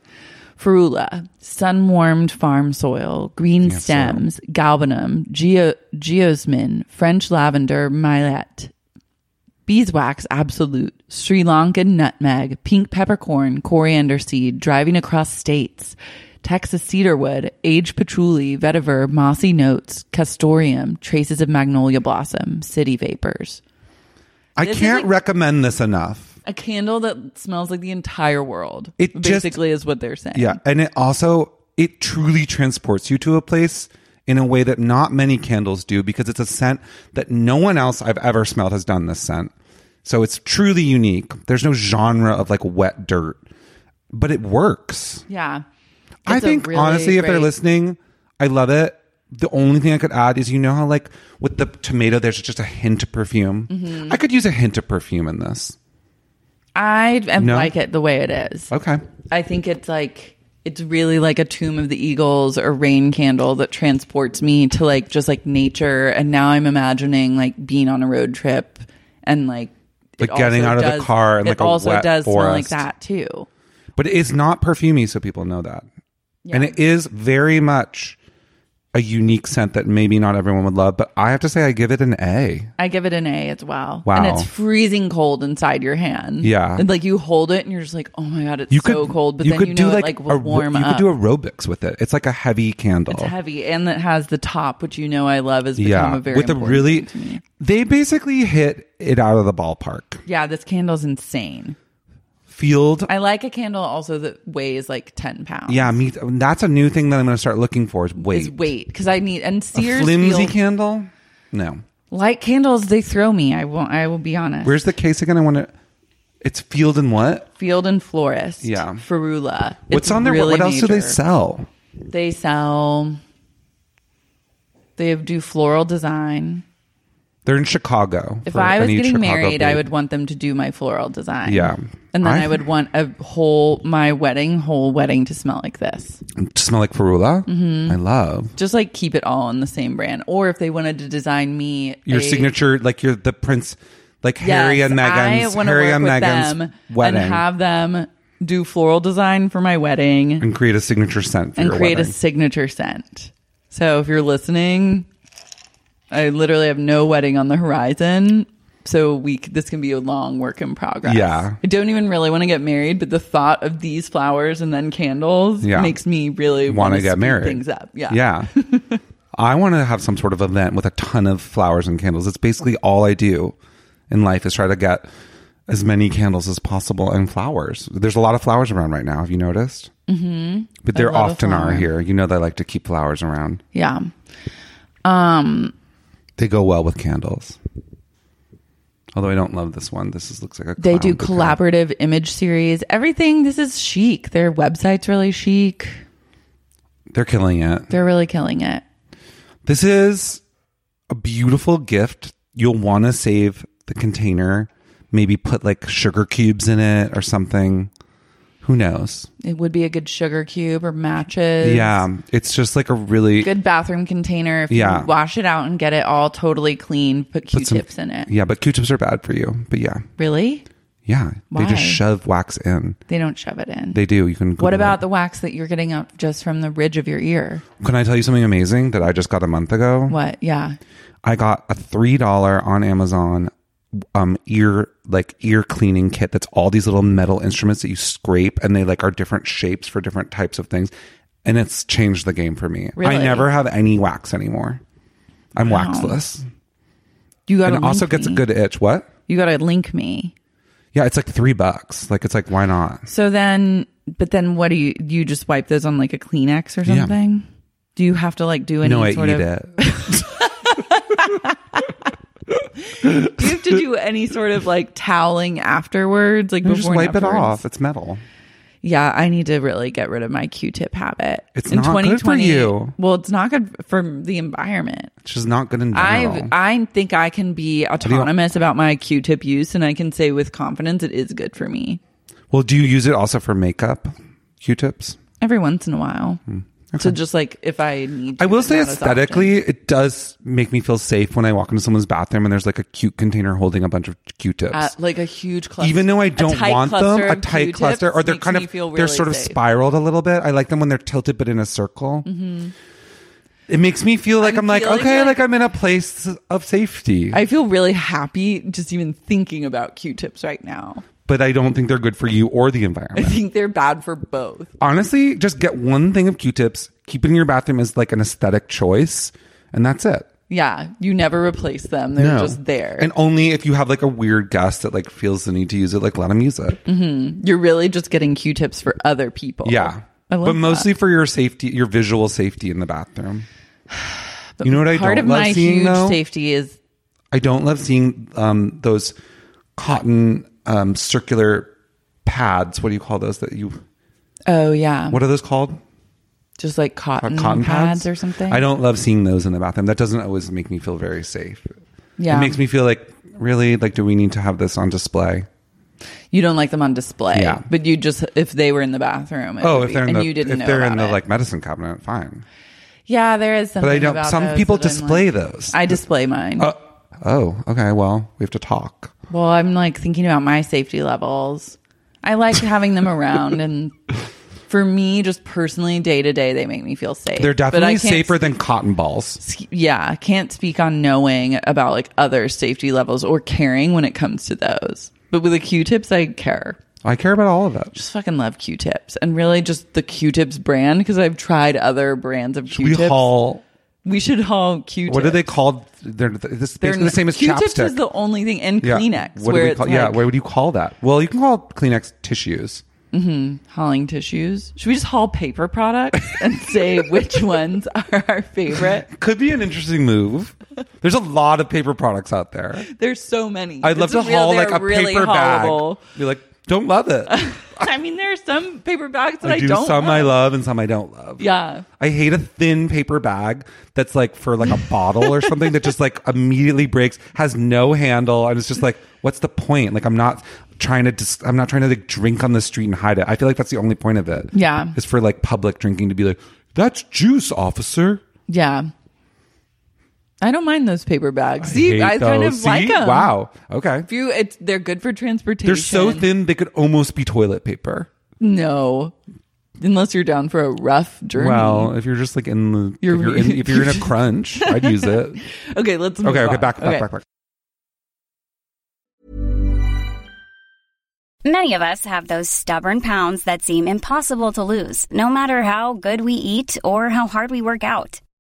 Ferula, sun warmed farm soil, green stems, galbanum, geo, geosmin, French lavender, millet, beeswax absolute, Sri Lankan nutmeg, pink peppercorn, coriander seed, driving across states, Texas cedarwood, aged patchouli, vetiver, mossy notes, castorium, traces of magnolia blossom, city vapors.
I
This is
can't
like-
recommend this enough.
A candle that smells like the entire world.
It just-
basically is what they're saying.
Yeah, and it also it truly transports you to a place in a way that not many candles do because it's a scent that no one else I've ever smelled has done this scent. So it's truly unique. There's no genre of like wet dirt, but it works.
Yeah.
I
It's a
think
really
honestly, if they're
great-
listening, I love it. The only thing I could add is you know how like with the tomato, there's just a hint of perfume.
Mm-hmm.
I could use a hint of perfume in this.
I am
No?
like it the way it is.
Okay.
I think it's like it's really like a Tomb of the Eagles or Rain Candle that transports me to like just like nature. And now I'm imagining like being on a road trip and like it
Like getting
also
out of the
does-
car in,
it
like, a
also
wet
does smell like
forest.
that too.
But it's not perfumey, so people know that. And it is very much a unique scent that maybe not everyone would love, but I have to say I give it an A.
I give it an A as well.
Wow.
And it's freezing cold inside your hand.
Yeah.
And like you hold it and you're just like, oh my God, it's
You
so
could
cold. But
you
then
could
you
do
know
like,
it like
a-
will warm
you
up.
could do aerobics with it. It's like a heavy candle.
it's heavy and it has the top, which you know I love, has become
Oh. yeah,
a very
with a
important
really
thing to me.
they basically hit it out of the ballpark.
Yeah, this candle's insane.
Field
I like a candle also that weighs like ten pounds.
yeah, me that's a new thing that I'm going to start looking for is weight.
is weight because I need and
a
Sears
flimsy
feel-
candle? No.
light candles. They throw me. I won't. I will be honest.
Where's the case again? I want to It's Field and what?
Field and Florist?
Yeah.
Ferula. It's
What's on there?
really
what else do they
major.
sell?
They sell. They do floral design.
They're in Chicago.
If
for
I was
any
getting
Chicago
married, I
babe.
would want them to do my floral design.
Yeah.
And then
I-
I, would want a whole my wedding, whole wedding to smell like this.
smell like ferula. Mm-hmm. I love
Just like keep it all in the same brand. Or if they wanted to design me
your
a-
signature, like you're the prince, like
Yes,
Harry and Meghan's,
I wanna
Harry
work
and
with
Meghan's
them
wedding,
and have them do floral design for my wedding
and create a signature scent for
and
your
create a
wedding.
signature scent. So if you're listening, I literally have no wedding on the horizon. So we c- this can be a long work in progress.
Yeah.
I don't even really want to get married, but the thought of these flowers and then candles
Yeah.
makes me really
want
wanna
to get
speed
married.
Things up, yeah,
yeah. I want to have some sort of event with a ton of flowers and candles. It's basically all I do in life is try to get as many candles as possible and flowers. There's a lot of flowers around right now. Have you noticed? Mm-hmm. But there
love a
often are
flower.
here. You know, they like to keep flowers around.
yeah. Um,
They go well with candles. Although I don't love this one. This is, looks like a
they
clown,
do
but-
collaborative image series. Everything this is chic. Their website's really chic.
They're killing it.
They're really killing it.
This is a beautiful gift. You'll want to save the container, maybe put like sugar cubes in it or something. Who knows?
It would be a good sugar cube or matches.
yeah, it's just like a really
good bathroom container. If
Yeah.
you wash it out and get it all totally clean, put
put some-
Q-tips in it.
Yeah, but Q-tips are bad for you. But yeah,
Really?
yeah, they
Why?
just shove wax in.
They don't shove it in.
They do. You can. Google
what
it.
about the wax that you're getting out just from the ridge of your ear?
Can I tell you something amazing that I just got a month ago?
What? Yeah.
I got a three dollar on Amazon um ear like ear cleaning kit that's all these little metal instruments that you scrape and they like are different shapes for different types of things. And it's changed the game for me.
Really?
I never have any wax anymore. I'm waxless.
You got
And it
to
also gets a good itch. What?
You got to link me.
Yeah, it's like three bucks. Like it's like why not?
So then, but then, what do you? You just wipe those on like a Kleenex or
Yeah.
something? Do you have to like do any
no, I
sort
eat
of?
it.
Do you have to do any sort of like toweling afterwards? Like
You
before
just
and
wipe it
afterwards?
off. It's metal.
Yeah, I need to really get rid of my Q-tip habit.
It's not good for you.
Well, it's not good for the environment.
It's just not good in general.
I I think I can be autonomous about my Q-tip use, and I can say with confidence it is good for me.
well, do you use it also for makeup? Q-tips?
Every once in a while, so just like if I need,
Hmm.
to,
I will
but
say
not as often.
aesthetically, it does make me feel safe when I walk into someone's bathroom and there's like a cute container holding a bunch of Q-tips.
Uh, like a huge cluster.
Even though I
A
don't
tight
want them,
cluster
a
of
tight
Q-tips
cluster, or they're
makes
kind
me
of
feel
they're
really
sort of
safe.
spiraled a little bit. I like them when they're tilted but in a circle. It makes me feel like I'm,
Mm-hmm. I'm
like
feeling
okay, like,
like-
I'm in a place of safety,
I feel really happy just even thinking about Q-tips right now.
but I don't think they're good for you or the
I
environment.
think they're bad for both.
Honestly, just get one thing of Q-tips. Keep it in your bathroom is like an aesthetic choice, and that's it.
Yeah, you never replace them. They're just there.
And only if you have like a weird guest that like feels the need to use it, like let them use it.
Mm-hmm. You're really just getting Q-tips for other people.
Yeah.
I love
but mostly for your safety, your visual safety in the bathroom.
But
you know what I
Part
don't
of
love
my
seeing,
huge
though?
safety is
I don't love seeing um, those cotton um, circular pads. What do you call those that you,
oh yeah,
what are those called?
just like
Uh,
cotton, Mm, pads? or something.
I don't love seeing those in the bathroom. That doesn't always make me feel very safe.
Yeah.
It makes me feel like, really? Like, do we need to have this on display?
You don't like them on display.
Yeah.
but you just if they were in the bathroom. it
Oh,
would
if
be-
they're in
and
the,
you didn't know
if they're in
about
the
it.
like medicine cabinet, fine.
yeah, there is something.
But I don't,
about
some
those
people
that I'm
display
like-
those.
I display mine.
Uh, oh, okay. Well, we have to talk.
well, I'm like thinking about my safety levels. I like having them around, and for me, just personally, day to day, they make me feel safe.
They're
But I
definitely
can't
safer than cotton balls.
s- yeah, I can't speak on knowing about like other safety levels or caring when it comes to those. But with the Q-tips, I care.
I care about all of it.
Just fucking love Q-tips and really just the Q-tips brand because I've tried other brands of
We
Q-tips.
haul.
We should haul Q-tips.
What are they called? They're this
They're
basically the same as
Q-tips
chapstick.
is the only thing in
Yeah.
Kleenex
What do
where
we
it's
call-
like
yeah. What would you call that? Well, you can call Kleenex tissues.
hauling tissues. Should we just haul paper products and say which ones are our favorite?
Could be an interesting move. There's a lot of paper products out there.
There's so many.
I'd love
It's
to
real-
haul
they're
like a
really
paper
haulable.
bag. Be like, don't love it.
I mean, there are some paper bags that I,
I do
not
some
love.
I love and some I don't love.
Yeah.
I hate a thin paper bag that's like for like a bottle or something that just like immediately breaks, has no handle, and it's just like, what's the point? Like I'm not trying to dis- I'm not trying to like drink on the street and hide it. I feel like that's the only point of it.
Yeah.
Is for like public drinking to be like, that's juice, officer.
Yeah. I don't mind those paper bags.
hate
See, I kind of
those.
like
See?
them.
Wow. Okay.
If you, it's they're good for transportation.
They're so thin they could almost be toilet paper.
No, unless you're down for a rough journey.
Well, if you're just like in the
You're-
if, you're in, if you're in a crunch, I'd use it.
Okay, let's move
Okay, okay,
on.
back, back, back, back.
Many of us have those stubborn pounds that seem impossible to lose, no matter how good we eat or how hard we work out.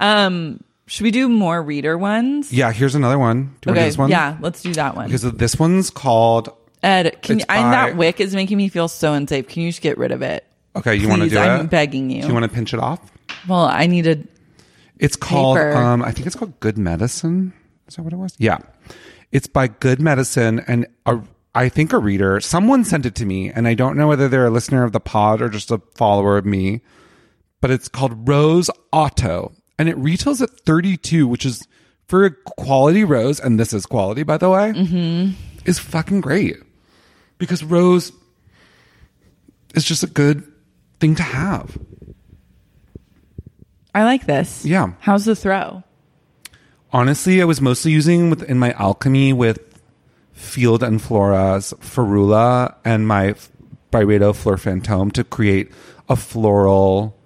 Um, should we do more reader ones?
Yeah, here's another one. Do you want to do
okay,
this one?
yeah, let's do that one.
Because this one's called.
Ed, can you,
It's
and that
by-
wick is making me feel so unsafe. Can you just get rid of it?
Okay, you want to
Please,
do it?
I'm begging you.
Do you want to pinch it off?
Well, I need a
It's called.
Paper.
Um, I think it's called Good Medicine. Is that what it was? Yeah, it's by Good Medicine, and a, I think a reader. Someone sent it to me, and I don't know whether they're a listener of the pod or just a follower of me. But it's called Rose Auto, and it retails at 32, which is for a quality rose, and this is quality, by the way, mm-hmm. is fucking great because rose is just a good thing to have.
I like this.
Yeah.
How's the throw?
Honestly, I was mostly using with in my alchemy with Field and Flora's ferula and my F- Byredo Fleur Fantôme to create a floral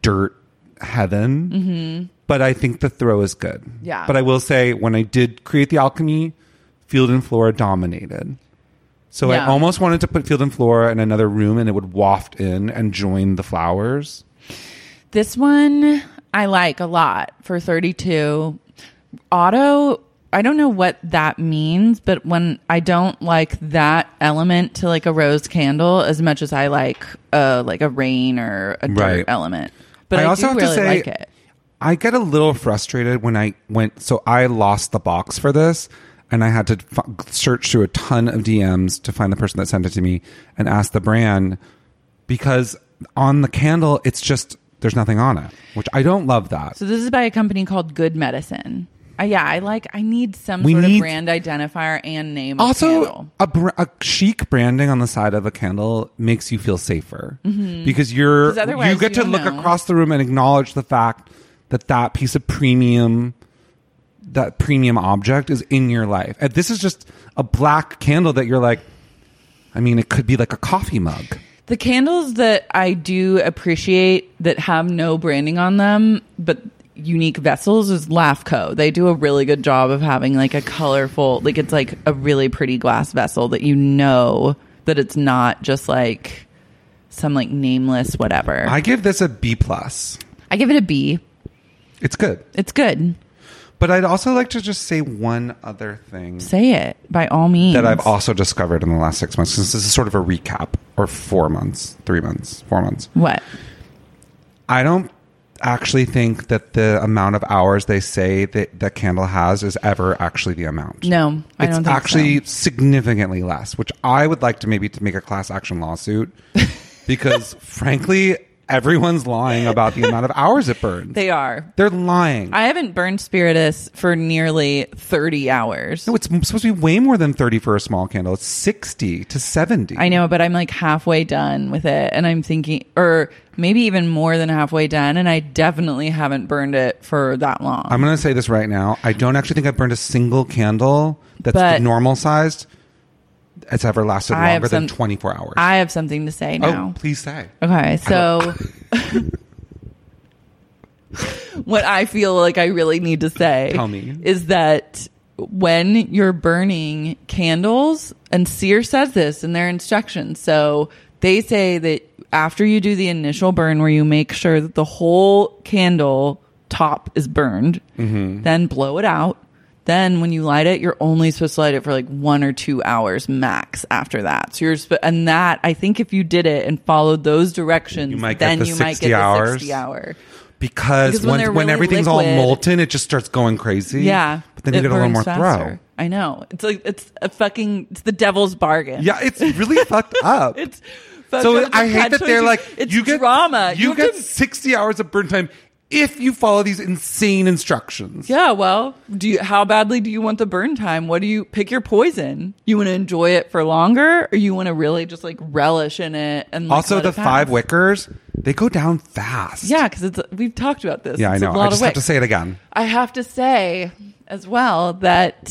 dirt heaven. But I think the throw is good.
Mm-hmm. Yeah.
But I will say, when I did create the alchemy, Field and Flora dominated. So I
Yeah.
almost wanted to put Field and Flora in another room and it would waft in and join the flowers.
This one I like a lot for 32. Auto, I don't know what that means, but when I don't like that element to like a rose candle as much as I like uh like a rain or a dirt
Right.
element. But I, do really like it.
I get a little frustrated when I went. So I lost the box for this, and I had to f- search through a ton of DMs to find the person that sent it to me and ask the brand because on the candle it's just there's nothing on it, which I don't love that.
So this is by a company called Good Medicine. Uh, yeah, I like I need some
We
sort
need-
of brand identifier and name of
also
candle.
a, br- a chic branding on the side of a candle makes you feel safer because you're
Mm-hmm. 'Cause otherwise
you get
you
to
don't
look
know.
across the room and acknowledge the fact that that piece of premium that premium object is in your life and this is just a black candle that you're like i mean it could be like a coffee mug
The candles that I do appreciate that have no branding on them, but unique vessels is Lafco. They do a really good job of having like a colorful, like it's like a really pretty glass vessel that you know that it's not just like some like nameless whatever.
i
I,
give this a b plus
give it a B.
it's good
It's good.
but i'd also like to just say one other thing
Say it by all means.
that I've also discovered in the last six months, since this is sort of a recap, or four months, three months, four months.
what?
I don't actually think that the amount of hours they say that the candle has is ever actually the amount.
No, I
it's
don't think
actually
so.
significantly less, which I would like to maybe to make a class action lawsuit because frankly, everyone's lying about the amount of hours it burns.
They are.
They're lying.
I haven't burned Spiritus for nearly 30 hours.
no, it's supposed to be way more than 30 for a small candle. It's 60 to 70.
I know, but I'm like halfway done with it. And I'm thinking, or maybe even more than halfway done. And I definitely haven't burned it for that long.
I'm going to say this right now. I don't actually think I've burned a single candle that's
But-
normal sized. It's ever lasted
I have
longer than
some-
24 hours.
I have something to say now.
Oh, please say.
Okay, so what I feel like I really need to say
Tell me.
is that when you're burning candles, and Sear says this in their instructions. So they say that after you do the initial burn, where you make sure that the whole candle top is burned, Mm-hmm. then blow it out. Then when you light it, you're only supposed to light it for like one or two hours max after that. So you're sp- and that I think if you did it and followed those directions,
You might get
then
the
you might
60
get the
hours.
60 hour.
because,
Because when
when,
they're
when,
really
everything's all
liquid-
molten, it just starts going crazy.
Yeah.
But then you
It
get a little
burns
more
faster.
throw.
I know. It's like it's a fucking it's the devil's bargain.
Yeah, it's really fucked up.
It's fucked
so
up. It's
I
a
hate that
catch-22.
they're like,
it's
you get
drama.
You,
have
get
to-
60 hours of burn time if you follow these insane instructions.
Yeah, well, do you how badly do you want the burn time? What do you pick your poison? You want to enjoy it for longer or you want to really just like relish in it and like,
also,
let
the
it pass?
five wickers, they go down fast.
Yeah, cuz it's we've talked about this.
Yeah, I
It's
know.
A lot
I just
of
have to
wicks.
say it again.
I have to say as well that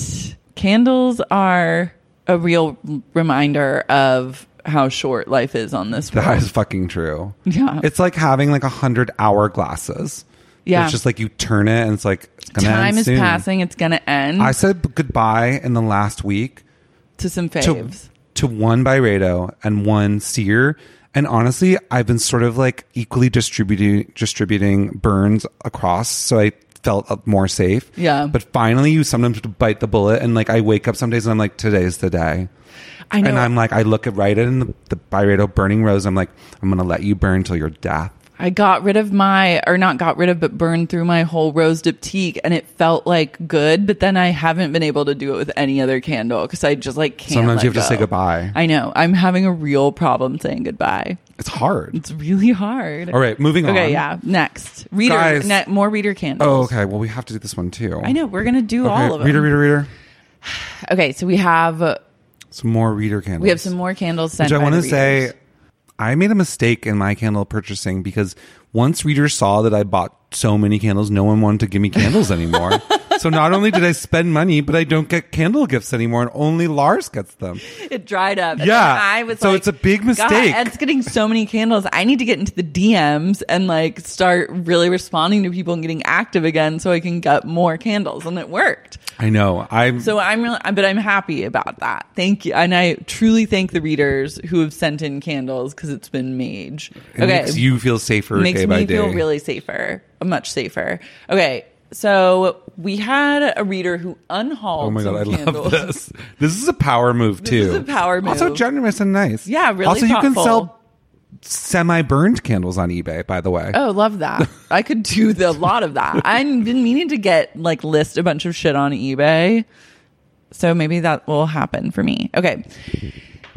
candles are a real reminder of how short life is on this world.
That is fucking true.
Yeah.
It's like having like a hundred hour glasses.
Yeah.
It's just like you turn it and it's like, it's gonna
Time
end
is
soon.
passing. It's going to end
I said b- goodbye in the last week
to some
to,
faves.
to one Byredo and one Sear. And honestly, I've been sort of like equally distributing distributing burns across, so I felt uh, more safe.
Yeah.
But finally, you sometimes have to bite the bullet, and like I wake up some days and I'm like, today's the day.
I know.
And I'm like, I look at right in the, the Byredo burning rose. I'm like, I'm gonna let you burn till your death.
I got rid of my, or not got rid of, but burned through my whole rose diptyque and it felt like good, but then I haven't been able to do it with any other candle because I just like can't.
Sometimes you
let
have to
go.
say goodbye.
I know. I'm having a real problem saying goodbye.
It's hard.
It's really hard.
All right, moving on.
Okay, yeah. Next. Reader,
Guys.
ne- more reader candles.
Oh, okay. Well, we have to do this one too.
I know. We're going to do
Okay,
all of them.
reader, reader, reader.
Okay, so we have, uh,
Some more reader candles.
we have some more candles sent
Which I
by
want to
the readers.
say, I made a mistake in my candle purchasing because once readers saw that I bought so many candles, no one wanted to give me candles anymore. so not only did I spend money, but I don't get candle gifts anymore, and only Lars gets them.
it dried up. And
Yeah.
then I was
So
like,
it's a big
"God,
mistake."
Ed's getting so many candles. I need to get into the DMs and like start really responding to people and getting active again, so I can get more candles. And it worked.
I know. I'm
So I'm really, but I'm happy about that. Thank you, and I truly thank the readers who have sent in candles because it's been mage.
It makes you feel safer
Makes
day
me
by day.
feel really safer, much safer. Okay, so we had a reader who unhauled.
Oh my god, I
some
love
candles.
this. This is a power move too.
is a power move.
Also generous and nice.
Yeah, really
Also, you
thoughtful.
can sell semi-burned candles on eBay. By the way,
Oh, love that. I could do the lot of that. I've been meaning to get like list a bunch of shit on eBay. So maybe that will happen for me. Okay.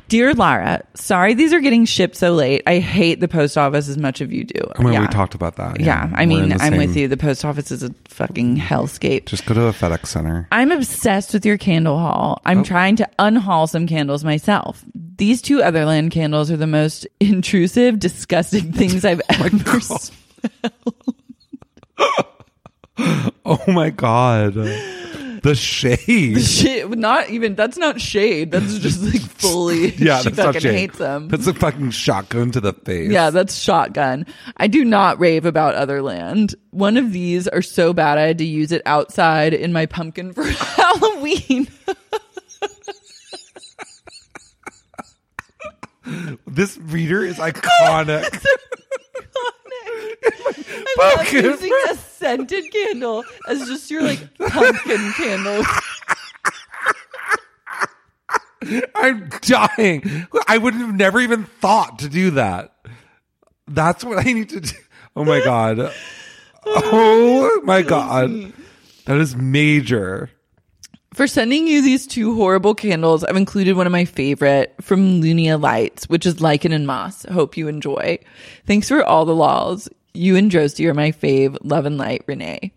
Dear Lara, sorry these are getting shipped so late. I hate the post office as much as you do.
I mean,
yeah.
we talked about that.
Yeah, I
We're in
mean,
the
I'm
same-
with you. The post office is a fucking hellscape.
Just go to a FedEx center.
I'm obsessed with your candle haul. I'm
Oh.
trying to unhaul some candles myself. These two Otherland candles are the most intrusive, disgusting things I've ever smelled.
Oh my god, the shade.
Shit, not even that's not shade. That's just like fully.
Yeah,
she
that's not
fucking
shade.
hates them.
That's a fucking shotgun to the face.
yeah, that's shotgun. I do not rave about other land. One of these are so bad I had to use it outside in my pumpkin for Halloween.
this reader is iconic.
I'm
Pumpkin
using a scented candle as just your like pumpkin candle.
I'm dying. I would have never even thought to do that. That's what I need to do. Oh my god. Oh my god. That is major.
For sending you these two horrible candles, I've included one of my favorite from Lunia Lights, which is Lichen and Moss. Hope you enjoy. Thanks for all the lols. You and Drosty are my fave. Love and light, Renee.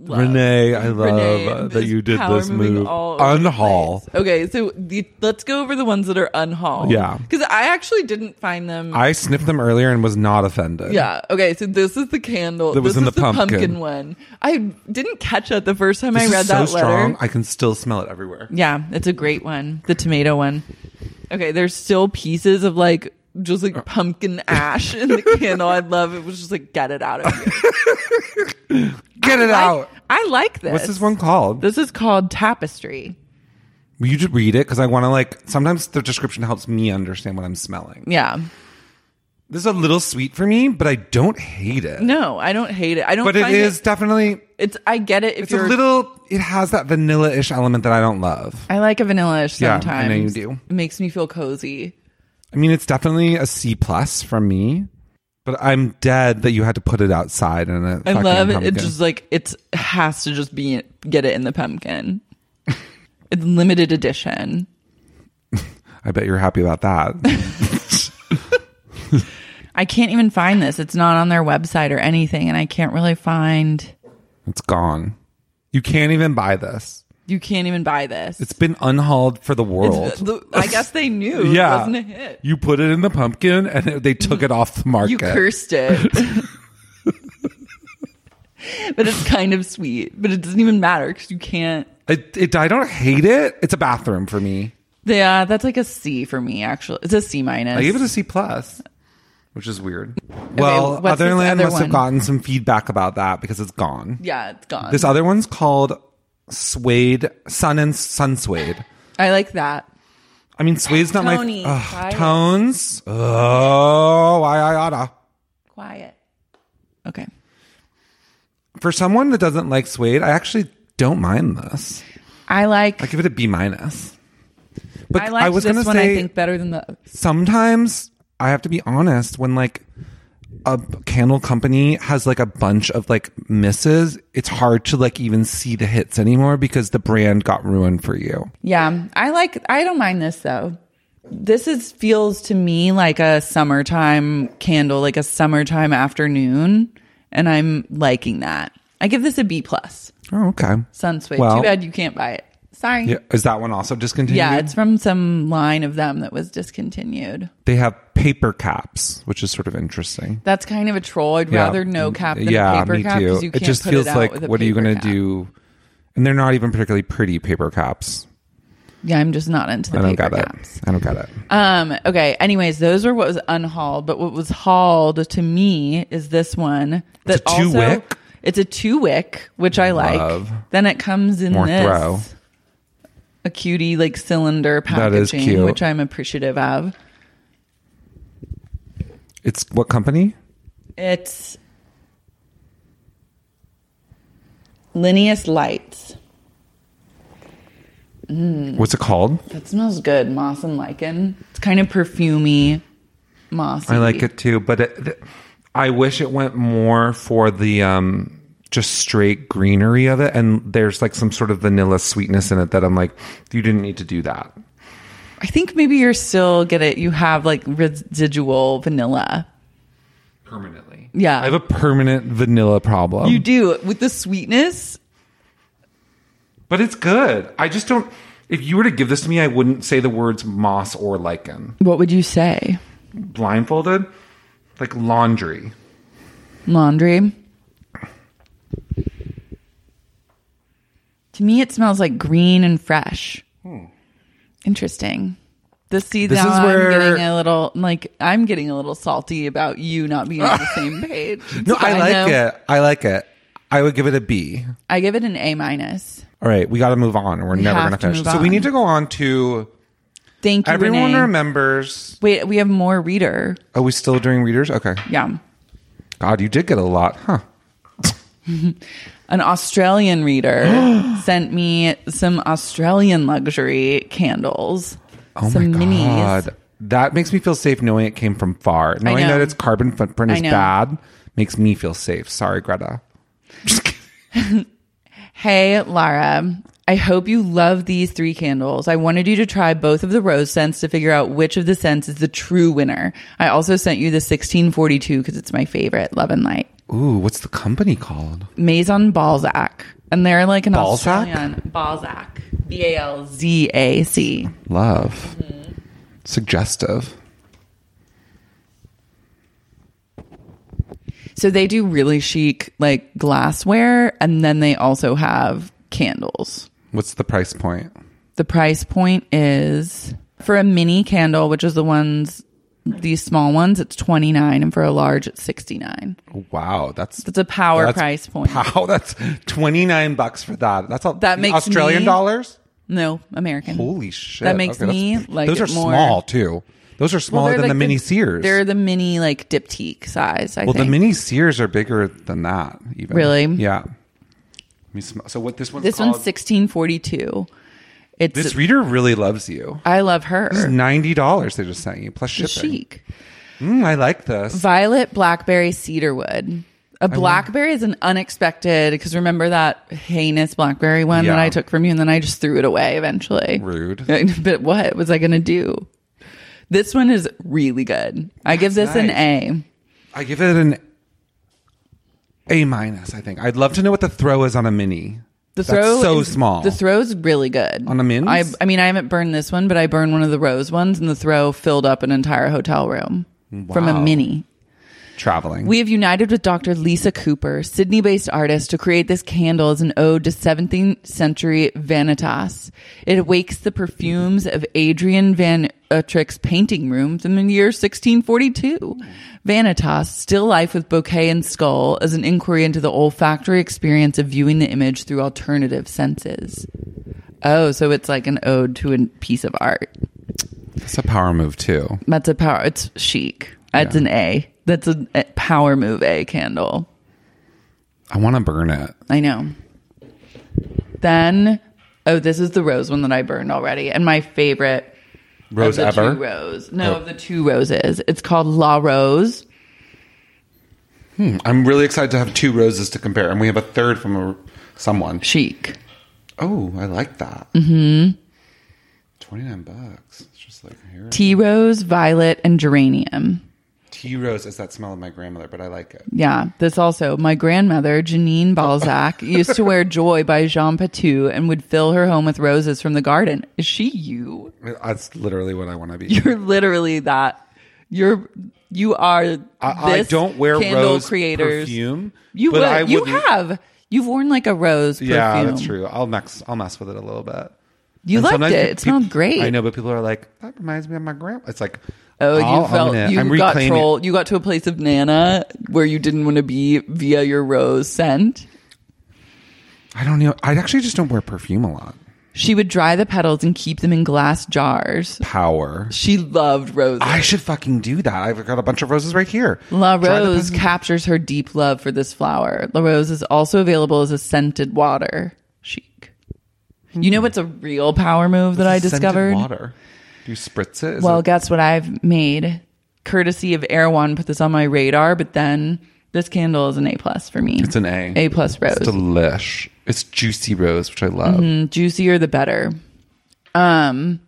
Renee, I love uh,
Renee
that
is
you did
power
this
moving
move.
all over the
Unhaul.
place. Okay, so the, let's go over the ones that are unhauled.
Yeah.
Because I actually didn't find them.
I sniffed them earlier and was not offended.
yeah. Okay. So this is the candle.
That was
this
in
is
the pumpkin.
one. I didn't catch that the first time
This
I read
is so
that letter.
strong. I can still smell it everywhere.
Yeah, it's a great one. The tomato one. Okay, there's still pieces of like just
Uh.
like pumpkin ash in the candle. I love it. Was just like get it out of here.
Get it out.
I like this.
What's this one called?
This is called tapestry.
Will you just read it? Because I want to like. Sometimes the description helps me understand what I'm smelling.
Yeah.
This is a little sweet for me, but I don't hate it.
No, I don't hate it. I don't.
but it
find
is definitely.
It's. I get it. If
It's
you're,
a little. It has that vanilla-ish element that I don't love.
I like a vanilla-ish
Yeah, I know
sometimes.
you do.
It makes me feel cozy.
I mean, it's definitely a C plus from me. But I'm dead that you had to put it outside and a
I
fucking
love it.
pumpkin.
It's just like it's has to just be get it in the pumpkin. it's limited edition.
I bet you're happy about that.
I can't even find this. It's not on their website or anything, and I can't really find.
it's gone. You can't even buy this.
You can't even buy this.
It's been unhauled for the world.
It's- the- I guess they knew.
yeah,
it wasn't a hit.
you put it in the pumpkin, and it- they took it off the market.
You cursed it. but it's kind of sweet. But it doesn't even matter because you can't.
It, it, I don't hate it. It's a bathroom for me.
Yeah, that's like a C for me. Actually, it's a C minus.
I give it a C plus, which is weird.
what's
Well,
this
Otherland
other
must have
one?
gotten some feedback about that because it's gone.
yeah, it's gone.
This other one's called Suede Sun and Sun Suede.
I like that.
I mean, Suede's not
Tony,
my ugh,
try it.
tones. Oh, I, I oughta.
Quiet. Okay.
For someone that doesn't like Suede, I actually don't mind this.
I like.
I give it a B minus. But
I like
was
this
gonna
one.
say
I think better than the.
sometimes I have to be honest when like a candle company has like a bunch of like misses, it's hard to like even see the hits anymore because the brand got ruined for you.
Yeah, I like. I don't mind this though. This is feels to me like a summertime candle, like a summertime afternoon, and I'm liking that. I give this a B plus.
Oh, okay.
Sunsweet.
Well-
Too bad you can't buy it. Sorry.
Yeah, is that one also discontinued?
Yeah, it's from some line of them that was discontinued.
they have paper caps, which is sort of interesting.
That's kind of a troll. I'd
Yeah.
rather no cap than a paper cap because you
it
can't
just
put
feels
it out
like
with a
what are you
paper
going to
cap.
do? And they're not even particularly pretty paper caps.
Yeah, I'm just not into the
I don't
paper
get
caps.
it. I don't get it.
Um, okay. Anyways, those were what was unhauled, but what was hauled to me is this one that
It's a two
also
wick?
it's a two wick, which I like.
Love.
Then it comes in
More
this
throw.
a cutie like cylinder
That
packaging,
is cute.
which I'm appreciative of.
It's what company?
It's Linnaeus Lights.
What's it called?
That smells good, moss and lichen. It's kind of perfumey, mossy.
I like it too, but it, th- I wish it went more for the um, just straight greenery of it. And there's like some sort of vanilla sweetness in it that I'm like, you didn't need to do that.
I think maybe you're still get it. You have like residual vanilla.
Permanently.
Yeah.
I have a permanent vanilla problem.
You do with the sweetness.
But it's good. I just don't. If you were to give this to me, I wouldn't say the words moss or lichen.
What would you say?
Blindfolded, like laundry.
Laundry. To me, it smells like green and fresh. Interesting. The see
Hmm. This
now
is
I'm
where-
getting a little like I'm getting a little salty about you not being on the same page.
No,
It's
I
fine,
like
though.
it. I like it. I would give it a B.
I give it an A minus.
All right, we got to move on. We're never going
have
to
to
finish.
move
So we
on.
need to go on to
Thank you,
everyone
Renee.
remembers.
Wait, we have more reader.
Oh, we still doing readers? Okay.
Yeah.
God, you did get a lot, huh?
an Australian reader sent me some Australian luxury candles.
Oh
some
my
minis.
god, that makes me feel safe knowing it came from far. Knowing
know.
that its carbon footprint
I
is
know.
bad makes me feel safe. Sorry, Greta.
Hey, Lara. I hope you love these three candles. I wanted you to try both of the rose scents to figure out which of the scents is the true winner. I also sent you the 1642 because it's my favorite, Love and Light.
Ooh, what's the company called?
Maison Balzac. And they're like an
Balzac?
Australian Balzac. B A L Z A C.
Love. Suggestive.
So they do really chic like glassware and then they also have candles.
What's the price point?
The price point is for a mini candle, which is the ones these small ones, it's 29 and for a large it's 69.
Wow, that's
That's a power price point.
Wow, that's twenty nine bucks for that. That's all.
That makes
Australian
me-
dollars.
No, American.
Holy shit!
Mm. That makes
that's-
me like
those
it
are
more-
small too. Those are
Well,
smaller
they're
than
like
the mini Sears.
They're the mini like diptyque size, I
well,
think.
the mini Sears are bigger than that. Even
Really?
yeah. Let me sm- So what this one?
this one's 1642. It's
This reader really loves you.
I love her.
This is ninety dollars they just sent you plus
It's
shipping.
chic.
Mm, I like this.
Violet blackberry cedarwood. A blackberry is an unexpected because remember that heinous blackberry one that
Yeah.
I took from you and then I just threw it away eventually.
Rude.
but what was I going to do? This one is really good. I give this an A.
I give it an A minus. I think I'd love to know what the throw is on a mini.
The
That's
throw
so
is-
small.
The throw's really good.
On the mins?
I I mean I haven't burned this one, but I burned one of the rose ones and the throw filled up an entire hotel room from a
Wow.
mini.
traveling.
We have united with Dr. Lisa Cooper, Sydney based artist, to create this candle as an ode to 17th century vanitas. It awakes the perfumes of Adrian Van Utrecht's painting room from the year 1642. Vanitas, still life with bouquet and skull, is an inquiry into the olfactory experience of viewing the image through alternative senses. Oh, so it's like an ode to a piece of art.
That's a power move too.
That's a power. It's chic. That's an A. That's a, a power move A candle.
I want to burn it.
I know. Then, oh, this is the rose one that I burned already, and my favorite
Rose
of the
ever. Oh.
two rose. No, of the two roses. It's called La Rose.
I'm really excited to have two roses to compare, and we have a third from a, someone.
Chic.
Oh, I like that. Mm-hmm. Twenty nine bucks. It's just like here.
Tea rose, violet, and geranium.
Tea rose is that smell of my grandmother, but I like it.
Yeah, this also. My grandmother, Janine Balzac, used to wear Joy by Jean Patou and would fill her home with roses from the garden. Is she you?
That's literally what I want to be.
You're literally that. You're you are.
I, I
this
don't wear
candle
rose
creators.
perfume.
You
but
would.
I
you
would-
have. You've worn like a rose. Perfume.
Yeah, that's true. I'll mess. I'll mess with it a little bit.
You
And
liked
sometimes
it.
pe-
It smelled
peop-
great.
I know, but people are like, that reminds me of my grandma. It's like,
Oh,
I'll
you
own
felt
it.
you
I'm
got
reclaiming-
trolled. You got to a place of Nana where you didn't want to be via your rose scent.
I don't know. I actually just don't wear perfume a lot.
She would dry the petals and keep them in glass jars.
Power.
She loved roses.
I should fucking do that. I've got a bunch of roses right here.
La
Try the
Rose
pes-
captures her deep love for this flower. La Rose is also available as a scented water. Chic. You know what's a real power move that I
Hmm. Scented
discovered?
Water. Do you spritz it? Is
Well,
it-
guess what I've made? Courtesy of Erewhon put this on my radar, but then this candle is an A plus for me.
it's an A.
A plus rose.
It's delish. It's juicy rose, which I love.
Mm-hmm. juicier the better. Um,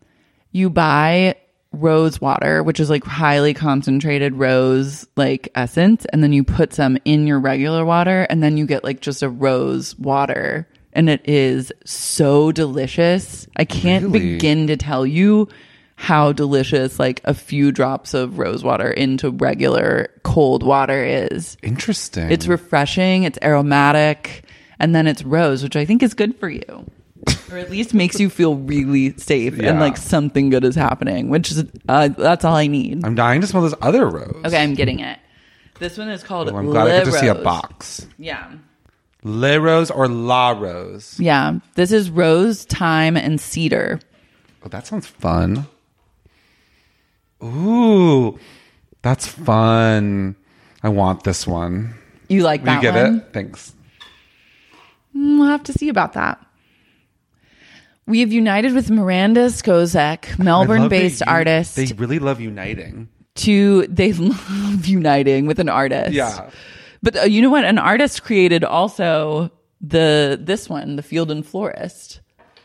you buy rose water, which is like highly concentrated rose like essence, and then you put some in your regular water, and then you get like just a rose water, and it is so delicious. I can't
Really?
begin to tell you how delicious like a few drops of rose water into regular cold water is.
Interesting.
It's refreshing, it's aromatic, and then it's rose, which I think is good for you. or at least makes you feel really safe and
Yeah.
like something good is happening, which is uh, that's all I need.
I'm dying to smell this other rose.
okay, I'm getting it. This one is called
Well, I'm glad I
Le
get to see a
Rose.
box.
Yeah.
Le rose or la rose?
Yeah. This is rose, thyme, and cedar.
Oh, that sounds fun. Ooh, that's fun. I want this one.
You like
Will
that
you get
one?
it? Thanks.
Mm, We'll have to see about that. We have united with Miranda Skozek,
I love they
Melbourne-based
u-
artist,
They really love uniting.
to they love uniting with an artist.
Yeah.
But uh, you know what? An artist created also the this one, the Field and Florist.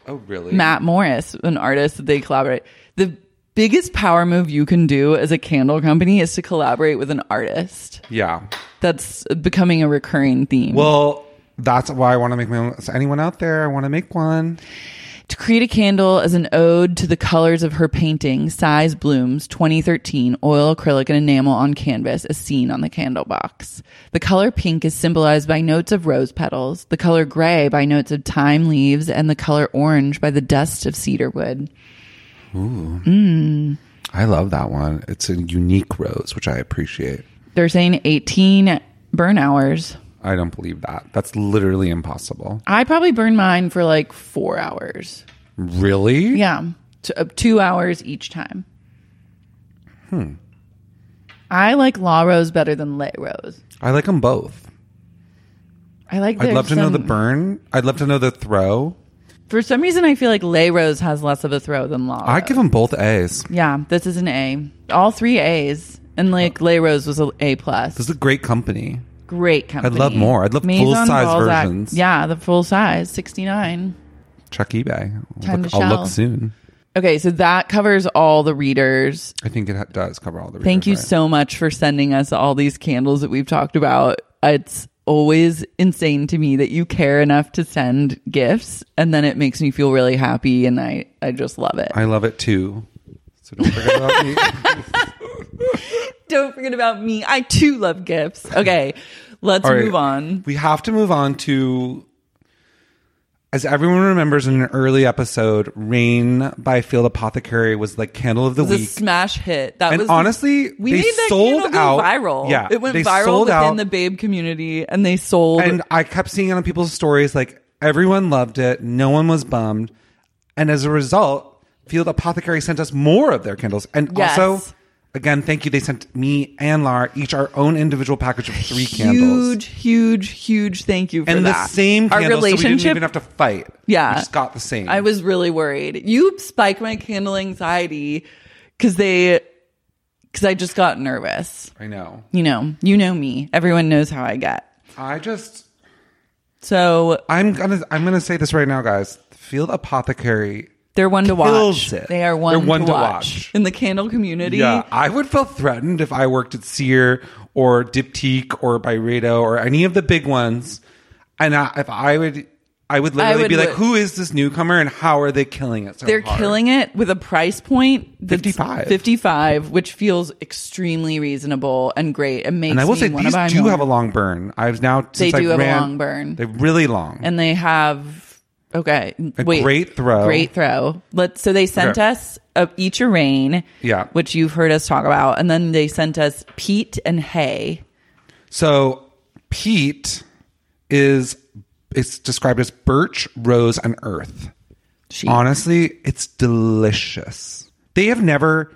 Oh, really?
Matt Morris, an artist that they collaborate. The biggest power move you can do as a candle company is to collaborate with an artist.
Yeah.
That's becoming a recurring theme.
Well, that's why I want to make my own. So anyone out there, I want to make one.
to create a candle as an ode to the colors of her painting, Size Blooms 2013, oil, acrylic, and enamel on canvas, as seen on the candle box. The color pink is symbolized by notes of rose petals, the color gray by notes of thyme leaves, and the color orange by the dust of cedar wood.
I I love that one. It's a unique rose, which I appreciate.
They're saying 18 burn hours.
I don't believe that. That's literally impossible.
I probably burn mine for like four hours.
Really?
Yeah, t- uh, two hours each time. Hmm. I like law rose better than lit rose.
I like them both.
I like.
I'd
there's
love to know
some-
the burn. I'd love to know the throw.
For some reason, I feel like lay rose has less of a throw than law.
I
Rose.
give them both A's.
Yeah, this is an A. All three A's, and like lay rose was a A plus.
Uh, This is a great company.
Great company.
love more. I'd love full-size versions.
Yeah, the full size, sixty nine.
Check eBay. I'll
Time
look-
to
I'll
shell.
look soon.
Okay, so that covers all the readers.
I think it ha- does cover all the.
Thank you
reasons,
so much for sending us all these candles that we've talked about. It's always insane to me that you care enough to send gifts and then it makes me feel really happy and I, I just love it.
right? I love it too. So don't forget about me.
Don't forget about me. I too love gifts. Okay, let's
All right.
move on.
We have to move on to, as everyone remembers in an early episode, Rain by Field Apothecary was the candle of the
It was a
week.
smash hit. That
And
was
honestly,
we
they
made that
sold
candle go
out.
viral.
Yeah,
it went
they
viral
sold
within
out.
the Babe community, and they sold.
and I kept seeing it on people's stories. Like everyone loved it. No one was bummed. And as a result, Field Apothecary sent us more of their candles. And
Yes.
also, again, thank you. They sent me and Lara each our own individual package of three
huge,
candles.
huge, huge thank you for
And the
that.
same
Our
candles, so we
relationship,
didn't even have to fight.
yeah,
We just got the same.
I was really worried. You spiked my candle anxiety because they because I just got nervous.
I know.
You know, you know me. Everyone knows how I get.
I just
So
I'm gonna I'm gonna say this right now, guys. Field Apothecary.
they're one to
Kills
watch.
it.
They are one,
They're one
to,
to
watch.
watch.
in the candle community.
Yeah, I would feel threatened if I worked at Sear or Diptyque or Byredo or any of the big ones, and I, if I would, I would literally
would
be like,
look-
"Who is this newcomer and how are they killing it?" So
They're killing it with a price point that's
55.
55, which feels extremely reasonable and great and makes
And I will
me
say
want
these
to buy
do
more.
have a long burn. I've now since
do
I
have a
ran-
long burn.
They're really long.
and they have okay,
A
wait.
great throw.
Great throw. Let so they sent
Okay.
us uh, each a rain,
Yeah.
which you've heard us talk about, and then they sent us Pete and Hay.
So Pete is it's described as birch, rose, and earth.
She
Honestly, it's delicious. They have never.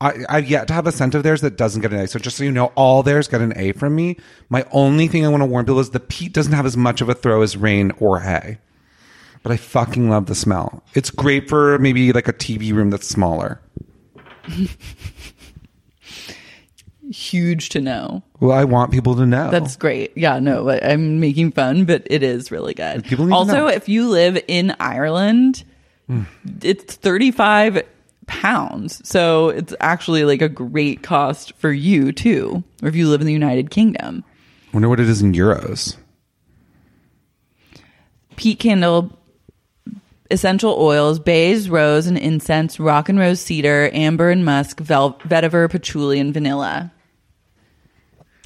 I, I've yet to have a scent of theirs that doesn't get an A. So just so you know, all theirs get an A from me. My only thing I want to warn people is the peat doesn't have as much of a throw as rain or hay. But I fucking love the smell. It's great for maybe like a TV room that's smaller.
huge to know.
Well, I want people to know.
That's great. Yeah, no, I- I'm making fun, but it is really good.
People need to
also,
know. Mm.
if you live in Ireland, it's 35 pounds. So it's actually like a great cost for you, too, or if you live in the United Kingdom.
wonder what it is in euros.
Peat candle, essential oils, bays, rose, and incense, rock and rose cedar, amber and musk, vel- vetiver, patchouli, and vanilla.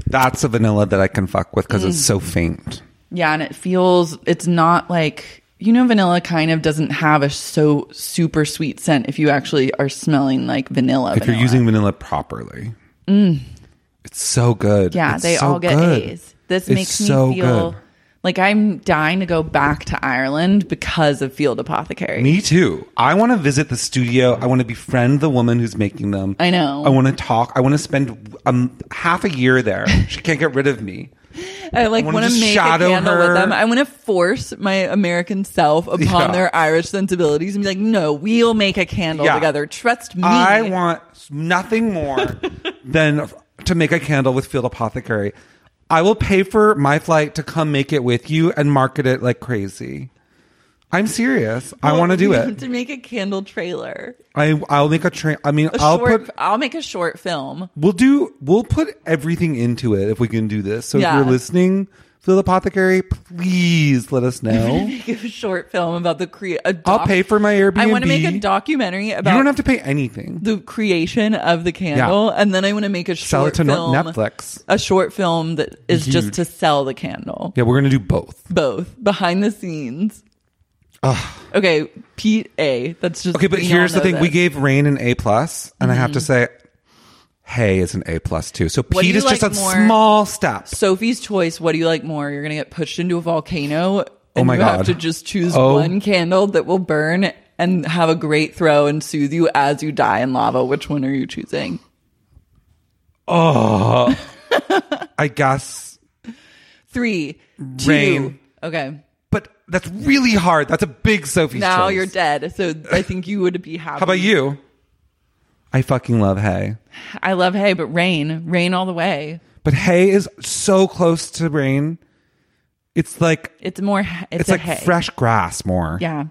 That's a vanilla that I can fuck with because it's so faint.
Yeah, and it feels it's not like you know vanilla kind of doesn't have a so super sweet scent if you actually are smelling like vanilla.
If you're
vanilla. Mm.
using vanilla properly, it's so good.
yeah,
It's
they
so
all get
good.
A's. This
It's
makes me
so
feel
good.
like I'm dying to go back to Ireland because of Field Apothecary.
Me too. I want to visit the studio. I want to befriend the woman who's making them.
I know.
I want to talk. I want to spend um, half a year there. She can't get rid of me.
I like
wanna
want to
just
make
shadow
a candle
her.
with them. I want to force my American self upon
Yeah.
their Irish sensibilities and be like, "No, we'll make a candle
Yeah.
together. Trust me."
I want nothing more than f- to make a candle with Field Apothecary. I will pay for my flight to come make it with you and market it like crazy. I'm serious. I want to do
We
it.
have To make a candle trailer.
I I'll make a train. I mean,
a
I'll
short.
put.
I'll make a short film.
We'll do. We'll put everything into it if we can do this. So
Yeah.
if you're listening, Phil Apothecary, please let us know.
Make a short film about the create.
I'll pay for my Airbnb.
I want to make a documentary
you
about.
don't have to pay anything.
the creation of the candle, and then I want to make a
Sell
short
it to Nor-
film,
Netflix.
A short film that is
Huge.
just to sell the candle.
Yeah, we're gonna do both.
Both behind the scenes. Okay, Pete A. That's just
Okay, but
we
here's
all
the
know
thing: we
this.
gave Rain an A plus, and I have to say, Hay is an A plus too. So
What do
Pete
you
is just
like
a
more?
small step.
Sophie's choice. What do you like more? You're gonna get pushed into a volcano. And
Oh my
you
God.
have to just choose
Oh.
one candle that will burn and have a great throw and soothe you as you die in lava. Which one are you choosing?
I guess,
Three, two.
Rain.
Okay.
but that's really hard. That's a big Sophie's
Now
choice.
you're dead. So I think you would be happy.
How about you? I fucking love Hay,
I love Hay, but Rain, Rain all the way.
but Hay is so close to Rain. It's like
It's more. It's,
it's,
a
like
hay.
fresh grass more.
Yeah,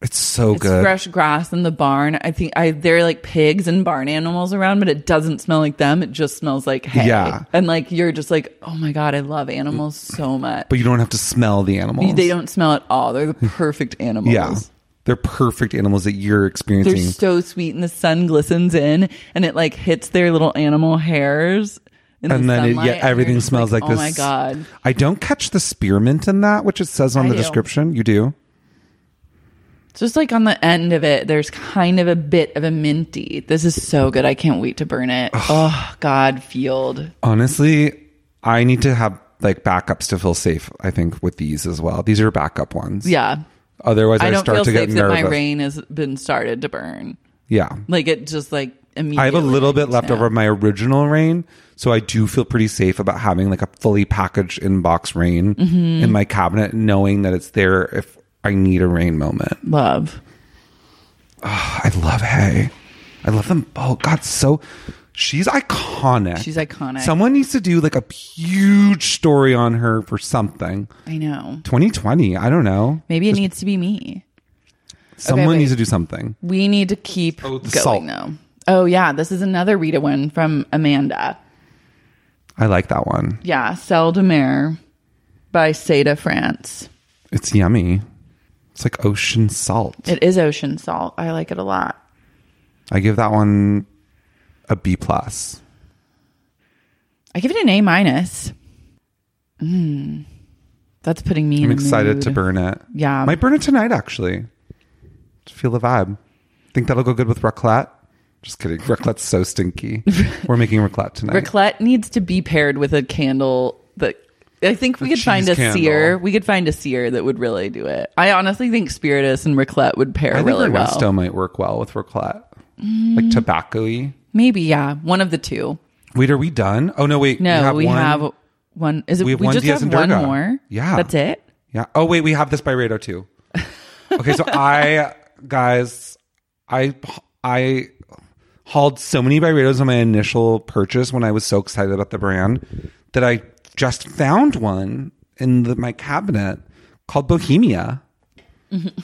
It's so
it's
good.
fresh grass in the barn. I think I there are like pigs and barn animals around, but it doesn't smell like them. It just smells like hay.
Yeah.
and like you're just like, oh my god, I love animals so much.
But you don't have to smell the animals.
they don't smell at all. They're the perfect animals.
Yeah. They're perfect animals that you're
They're
experiencing.
so sweet, and the sun glistens in, and it like hits their little animal hairs. In
and
the
then it,
sunlight, and
yeah,
you're
everything
just
smells like,
like,
this.
Oh my god!
I don't catch the spearmint in that, which it says on
I
the
do.
description. You do?
Just like on the end of it, there's kind of a bit of a minty. This is so good. I can't wait to burn it. Oh, God, field.
Honestly, I need to have like backups to feel safe, I think, with these as well. These are backup ones.
Yeah.
Otherwise I,
I don't
start
feel
to get
safe that
nervous.
my rain has been started to burn.
yeah.
Like it just like immediately.
I have a little bit left
now.
over of my original rain, so I do feel pretty safe about having like a fully packaged inbox rain
Mm-hmm.
in my cabinet, knowing that it's there if I need a rain moment.
Love.
I love Hay. I love them both. God, so she's iconic.
She's iconic.
Someone needs to do like a huge story on her for something.
I know.
2020. I don't know.
Maybe it needs to be me.
Someone
wait.
needs to do something.
We need to keep
Oh, the salt.
going though. Oh yeah, this is another Rita one from Amanda.
I like that one.
Yeah, Celle de Mer by Seda France.
It's yummy. It's like ocean salt.
It is ocean salt. I like it a lot.
I give that one a B plus.
I give it an A minus. Mm. That's putting me.
I'm
in a
excited to
mood.
burn it.
Yeah.
Might burn it tonight actually. To feel the vibe. Think that'll go good with raclette. Just kidding. Raclette's so stinky. We're making raclette tonight.
Raclette needs to be paired with a candle that I think we
A
could find a
cheese candle.
seer. We could find a seer that would really do it. I honestly think Spiritus and Raclette would pair
I think
really well.
Resto might work well with raclette, like tobacco-y.
Maybe yeah, one of the two.
Wait, are we done? Oh no, wait.
No, we have
one-
one. Is it?
We have
We,
one
just
Diaz
have
and
one
Durga.
more.
Yeah.
that's it.
Yeah. Oh wait, we have this by Rado too. Okay, so I guys, I I hauled so many Byredos on my initial purchase when I was so excited about the brand that I just found one in the, my cabinet called Bohemia.
Mm-hmm.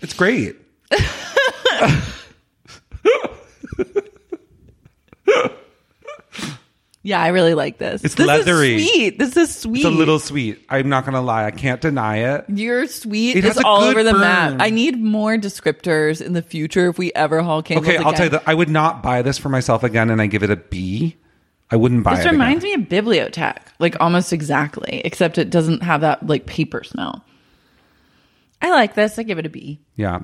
It's great.
Yeah, I really like this.
It's
this
leathery.
Is sweet. This is sweet.
It's a little sweet. I'm not gonna lie. I can't deny it.
Your sweet
It has
is
a
all
good
over the
burn.
map. I need more descriptors in the future if we ever haul candles.
Okay, I'll
again.
tell you that I would not buy this for myself again, and I give it a B. I wouldn't buy
This
it.
reminds me of Bibliotech, like almost exactly, except it doesn't have that like paper smell. I like this. I give it a B.
Yeah,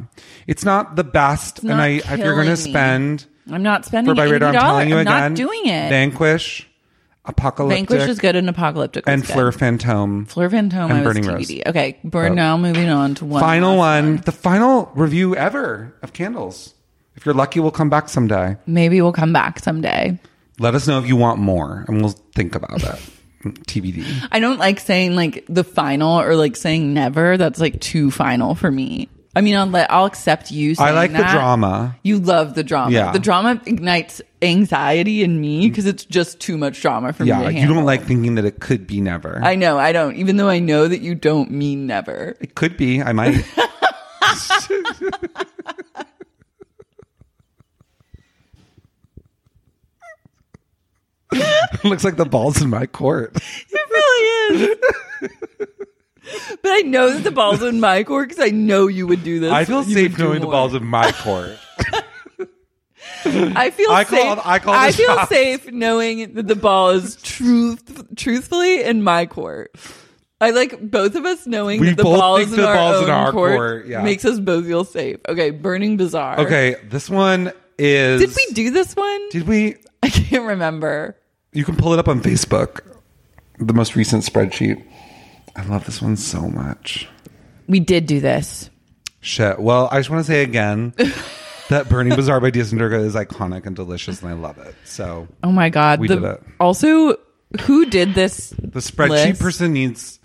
it's not the best,
not
and I if you're going
killing
to
me.
spend
I'm not spending
for by
eighty
radar,
dollars.
I'm telling you
I'm
again,
not doing it.
Vanquish, apocalyptic,
Vanquish is good and apocalyptic
and
was
Fleur
good.
Fantôme.
Fleur Fantôme.
and
I was
Burning Rose.
TBD. Okay, we're
Oh.
now moving on to one
final
last
one, the final review ever of candles. If you're lucky, we'll come back someday.
Maybe we'll come back someday.
Let us know if you want more, and we'll think about it. TBD.
I don't like saying like the final or like saying never. That's like too final for me. I mean, I'll let I'll accept you. Saying
I like the
that.
drama.
You love the drama.
Yeah.
The drama ignites anxiety in me because it's just too much drama for me.
Yeah,
to
you
handle.
don't like thinking that it could be never.
I know. I don't. Even though I know that you don't mean never.
It could be. I might. Looks like the ball's in my court.
It really is. but I know that the ball's in my court because I know you would do this.
I feel
You
safe
would do
knowing the
more.
ball's in my court.
I feel
I
safe.
called- I called the
feel
shots.
safe knowing that the ball is truth, truthfully in my court. I like both of us knowing
We
that the
both
ball
think
is in
the
our
ball's
own
in our
court,
court, yeah.
makes us both feel safe. Okay, burning bizarre.
Okay, this one is.
Did we do this one?
Did we?
I can't remember.
You can pull it up on Facebook. The most recent spreadsheet. I love this one so much.
We did do this.
Shit. Well, I just want to say again that Burning Bazaar by Diaz and Durga is iconic and delicious, and I love it. So
Oh my god.
We
the,
did it.
Also, who did this?
the spreadsheet
list?
person needs.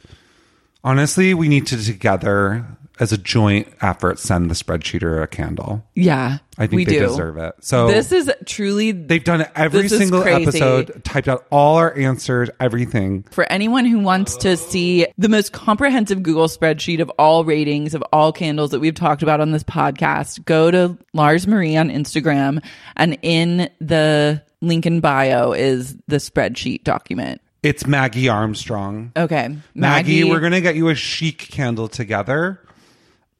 Honestly, we need to together as a joint effort send the spreadsheeter a candle.
Yeah,
I think
we
they
do.
deserve it. So
This is truly
They've done every
This is
single
crazy.
episode, typed out all our answers, everything.
For anyone who wants to see the most comprehensive Google spreadsheet of all ratings of all candles that we've talked about on this podcast, go to Lars Marie on Instagram and in the link in bio is the spreadsheet document.
It's Maggie Armstrong.
Okay.
Maggie, we're going to get you a chic candle together.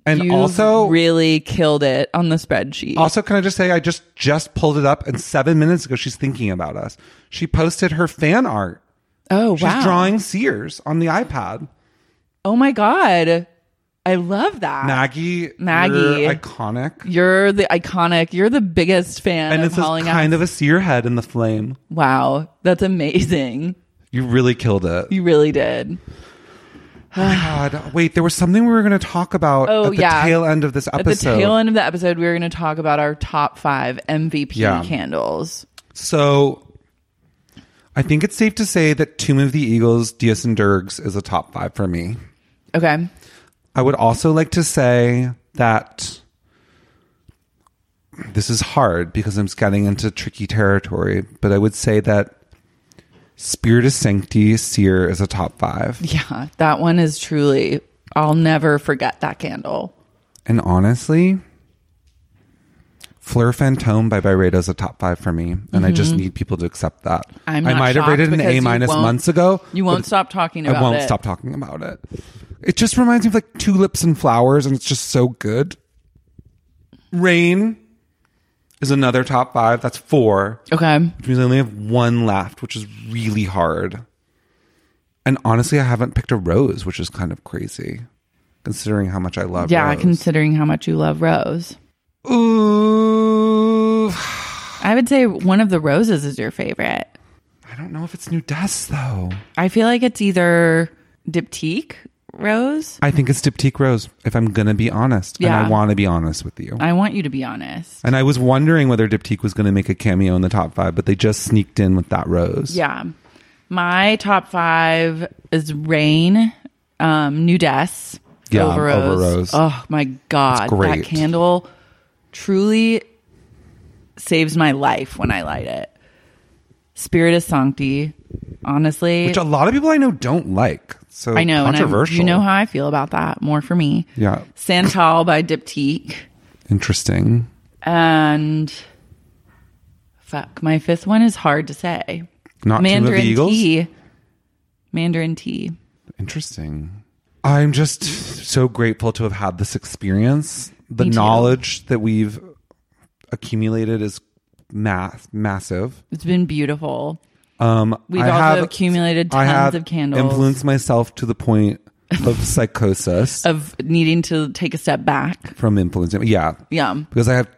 And
you
also,
really killed it on the spreadsheet.
also, can I just say, I just just pulled it up, and seven minutes ago, she's thinking about us. She posted her fan art.
oh wow.
She's drawing Sears on the iPad.
Oh my god. I love that.
Maggie,
Maggie.
you're iconic.
You're the iconic. You're the biggest fan
And
of
it's this
Hauling
kind
Ass.
of a seer head in the flame.
wow, that's amazing.
You really killed it. Oh
You really did.
God, wait, there was something we were going to talk about
Oh,
at the
yeah.
tail end of this
At the
episode.
tail end of the episode, we were going to talk about our top five MVP
Yeah.
candles.
So I think it's safe to say that Tomb of the Eagles, Dias and Dergs is a top five for me.
Okay.
I would also like to say that this is hard because I'm getting into tricky territory, but I would say that Spirit of Sancti Seer is a top five.
Yeah. That one is truly, I'll never forget that candle.
And honestly, Fleur Fantôme by Byredo is a top five for me, and I just need people to accept that.
Mm-hmm. I'm
I
not
might have
shocked
rated an
because
A
you
minus
won't-
months ago.
you
but
won't
it's-
stop talking about
I won't
it.
stop talking about it. It just reminds me of like tulips and flowers, and it's just so good. Rain is another top five. That's four,
Okay.
which means I only have one left, which is really hard. And honestly, I haven't picked a rose, which is kind of crazy, considering how much I love.
Yeah.
rose.
Considering how much you love Rose,
Ooh.
I would say one of the roses is your favorite.
I don't know if it's New Dust, though.
I feel like it's either Diptyque Rose.
I think it's Diptyque Rose, if I'm going to be honest. And
Yeah.
I want to be honest with you.
I want you to be honest.
and I was wondering whether Diptyque was going to make a cameo in the top five, but they just sneaked in with that rose.
Yeah. My top five is Rain, um, New Des,
Yeah,
Over Rose.
Over Rose.
Oh my God.
It's great.
That candle truly saves my life when I light it. Spirit of Sancti, honestly.
Which a lot of people I know don't like. So
I know. and I'm-
controversial.
you know how I feel about that. More for me.
Yeah.
Santal by Diptyque.
Interesting.
And fuck, my fifth one is hard to say.
Not Tomb of the
Mandarin
Eagles?
tea. Mandarin tea.
Interesting. I'm just so grateful to have had this experience. The
Me too.
knowledge that we've accumulated is mass- massive.
It's been beautiful.
Um,
We've also accumulated
I
tons
have
of candles.
Influenced myself to the point of psychosis
Of needing to take a step back.
from influencing. Yeah,
Yeah.
because I have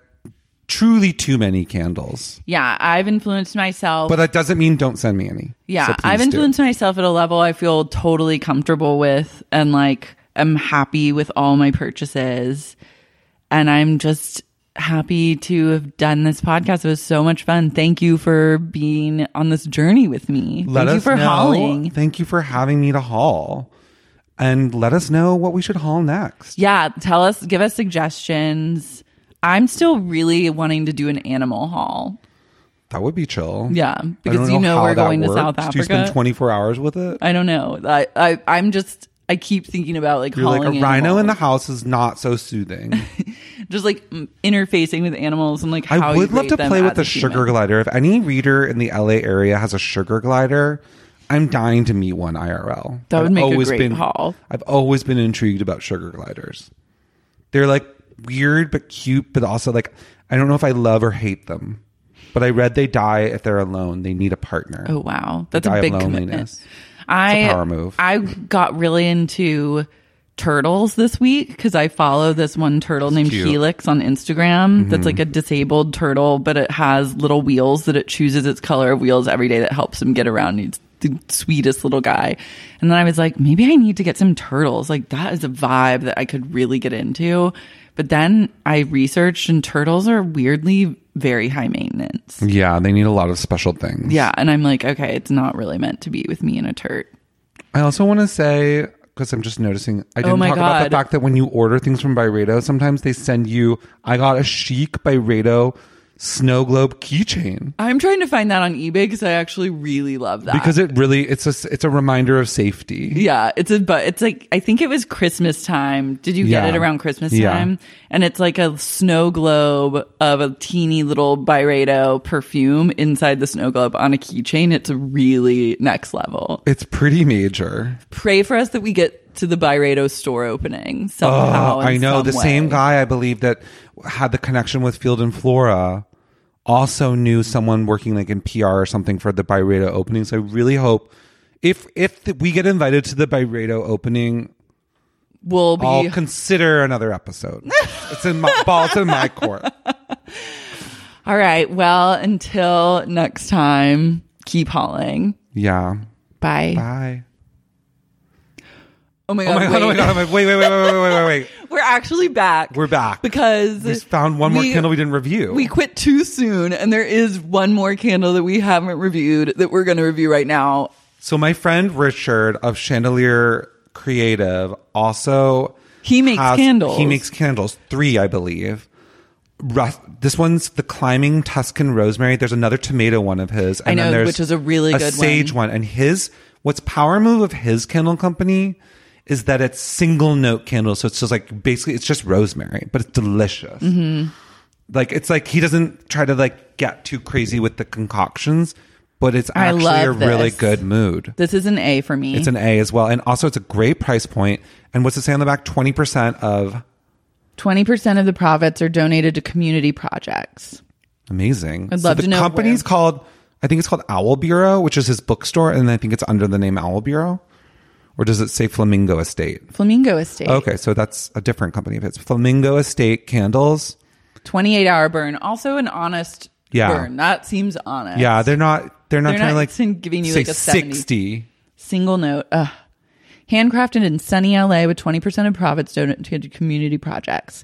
truly too many candles.
Yeah. I've influenced myself.
But that doesn't mean don't send me any.
yeah.
So
I've
please do.
influenced myself at a level I feel totally comfortable with and like am happy with all my purchases. And I'm just happy to have done this podcast. It was so much fun. Thank you for being on this journey with me.
Let
Thank you
us
for
know.
hauling.
Thank you for having me to haul, and let us know what we should haul next.
Yeah, tell us, give us suggestions. I'm still really wanting to do an animal haul.
That would be chill.
Yeah,
I don't
because you know
how
we're
that
going to South
Do you spend
Africa.
24 hours with it?
I don't know. I, I I'm just I keep thinking about like
You're like
hauling
a rhino in the
animals.
house is not so soothing.
just like mm, interfacing with animals and like how
I
you
would love
rate
to
them
play with
as
the
a
sugar
human.
glider. If any reader in the LA area has a sugar glider, I'm dying to meet one IRL.
That would
I've
make a
always
great
been,
haul.
I've always been intrigued about sugar gliders. They're like weird but cute, but also like I don't know if I love or hate them. But I read they die if they're alone. They need a partner.
Oh wow, that's
Die
a
of
big
loneliness.
commitment. I
It's a power move.
I got really into turtles this week because I follow this one turtle named
cute. Mm-hmm.
Helix on Instagram. That's like a disabled turtle, but it has little wheels that it chooses its color of wheels every day that helps him get around. He's the sweetest little guy. And then I was like, maybe I need to get some turtles. Like that is a vibe that I could really get into. But then I researched and turtles are weirdly very high maintenance.
Yeah, they need a lot of special things.
Yeah. And I'm like, okay, it's not really meant to be with me and a turt.
I also want to say because I'm just noticing I didn't
Oh my
talk about the
God.
fact that when you order things from Byredo, sometimes they send you. I got a chic Byredo snow globe keychain
I'm trying to find that on eBay because I actually really love that.
because it really it's a it's a reminder of safety.
yeah, it's a but it's like I think it was Christmas time. Did you
Yeah.
get it around Christmas
Yeah.
time? And it's like a snow globe of a teeny little Byredo perfume inside the snow globe on a keychain. It's really next level.
It's pretty major.
Pray for us that we get to the Byredo store opening somehow.
Oh,
in
I know
some
the
way.
same guy I believe that had the connection with Field and Flora also knew someone working like in PR or something for the Byredo opening. So I really hope if if th- we get invited to the Byredo opening,
will be
I'll consider another episode. it's in my balls in my court.
all right. Well, until next time, keep hauling.
Yeah.
Bye.
Bye.
Oh my
Oh my
god!
god! Oh my god! oh
Uh, wait.
my- Wait! Wait! Wait! Wait! Wait! Wait! Wait! Wait!
We're actually back.
We're back.
because
We found one more candle we didn't review.
We quit too soon, and there is one more candle that we haven't reviewed that we're going to review right now.
So my friend Richard of Chandelier Creative also
He makes candles.
He makes candles, three I believe. Rus- this one's the climbing Tuscan rosemary. There's another tomato one of his. And
I know,
then there's
which is a really
a
good
sage one. And his what's power move of his candle company is that it's single note candles. So it's just like basically it's just rosemary, but it's delicious.
Mm-hmm.
Like it's like he doesn't try to like get too crazy with the concoctions, but it's
I
actually
love
a really
this.
good mood.
This is an A for me.
It's an A as well. And also, it's a great price point. And what's it say on the back? 20% of
Twenty percent of the profits are donated to community projects.
amazing.
I'd love
the
to know
company's
where.
called, I think it's called Owl Bureau, which is his bookstore. And I think it's under the name Owl Bureau. Or does it say Flamingo Estate?
Flamingo Estate,
Okay, so that's a different company. If it's Flamingo Estate Candles,
twenty-eight hour burn, also an honest
Yeah.
burn. That seems honest.
yeah, they're not. They're not
They're
trying
not
to like
giving you,
say
like, a 70.
sixty.
Single note. Ugh. Handcrafted in sunny LA with 20% of profits donated to community projects.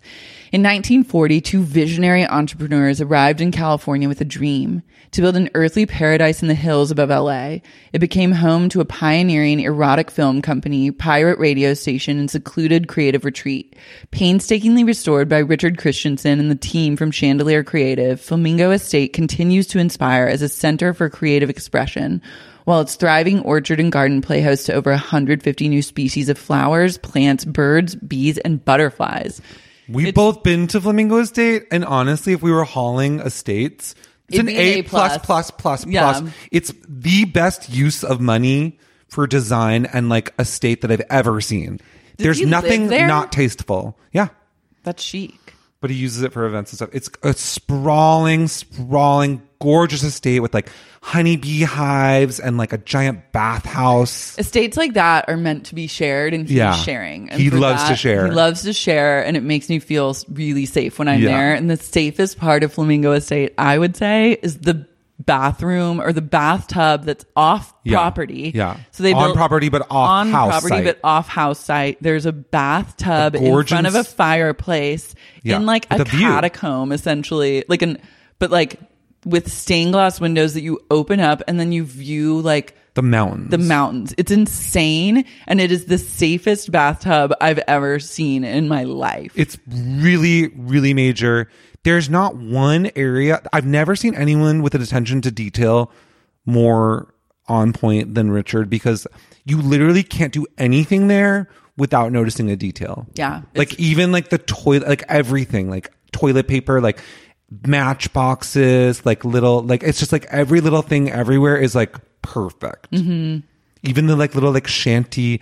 In 1940, two visionary entrepreneurs arrived in California with a dream to build an earthly paradise in the hills above LA. It became home to a pioneering erotic film company, pirate radio station, and secluded creative retreat. Painstakingly restored by Richard Christensen and the team from Chandelier Creative, Flamingo Estate continues to inspire as a center for creative expression while its thriving orchard and garden play host to over 150 new species of flowers, plants, birds, bees, and butterflies.
We've both been to Flamingo Estate, and honestly, if we were hauling estates, it's
It'd
an
be
A
an
plus
A+.
plus plus
Yeah.
plus. It's the best use of money for design and like a state that I've ever seen. There's
he live
nothing
there?
not tasteful. Yeah,
That's chic.
but he uses it for events and stuff. It's a sprawling, sprawling, gorgeous estate with like honeybee hives and like a giant bathhouse.
Estates like that are meant to be shared, and he's
Yeah.
sharing. And
He
for
loves to
that,
share.
He loves to share, and it makes me feel s- really safe when I'm
Yeah.
there. And the safest part of Flamingo Estate, I would say, is the bathroom or the bathtub that's off
Yeah.
property.
Yeah.
So they
On
built-
property, but off
on
house
property,
site.
but off house site. There's a bathtub
A
in front of a
gorgeous-
fireplace
Yeah.
in like
With
a
a view.
catacomb, essentially, like an but like with stained glass windows that you open up and then you view like
The mountains.
the mountains. It's insane. And it is the safest bathtub I've ever seen in my life.
It's really, really major. There's not one area I've never seen anyone with an attention to detail more on point than Richard because you literally can't do anything there without noticing a detail.
Yeah, it's-
Like even like the toilet like everything, like toilet paper, like matchboxes, like little like it's just like every little thing everywhere is like perfect.
Mm-hmm.
Even the like little like shanty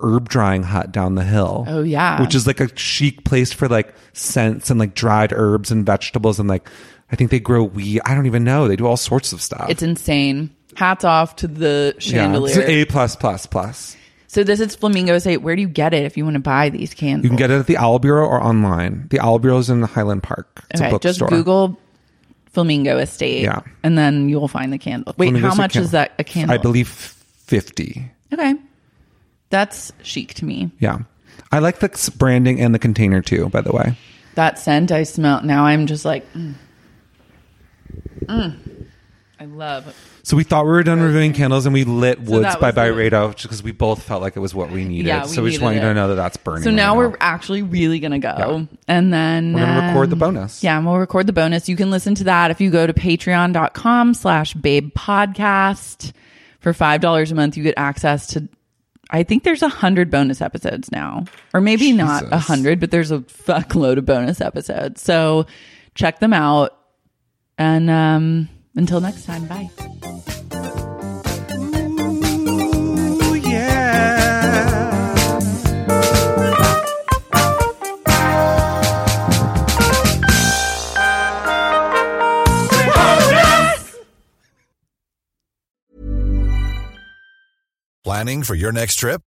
herb drying hut down the hill.
Oh, yeah.
Which is like a chic place for like scents and like dried herbs and vegetables and like I think they grow wheat. I don't even know. They do all sorts of stuff.
It's insane. Hats off to the
Yeah, it's
chandelier.
an A plus plus plus.
so this is Flamingo State. Where do you get it if you want to buy these candles?
You can get it at the Owl Bureau or online. The Owl Bureau is in Highland Park. It's a
okay,
bookstore.
just Google Flamingo Estate.
Yeah.
And then you will find the candle. Wait,
Flamingo
how
State
much
Candle.
is that a candle?
I believe fifty.
Okay. That's chic to me.
Yeah, I like the s- branding and the container too. By the way,
That scent I smell now I'm just like mm. Mm. I love
so we thought we were done reviewing candles, and we lit Woods
that
by
was the-
Byredo just because we both felt like it was what we needed.
Yeah, we
so we just
needed
want you to
it.
know that that's burning.
So
right
now we're actually really gonna go, and then
We're gonna record the
Um,
bonus.
Yeah, and we'll record the bonus. You can listen to that if you go to Patreon.com/slash Babe Podcast for five dollars a month. You get access to. I think there's a hundred bonus episodes now, or maybe not a
Jesus.
hundred, but there's a fuckload of bonus episodes. So check them out, and um, until next time, bye.
Ooh, yeah.
Planning for your next trip?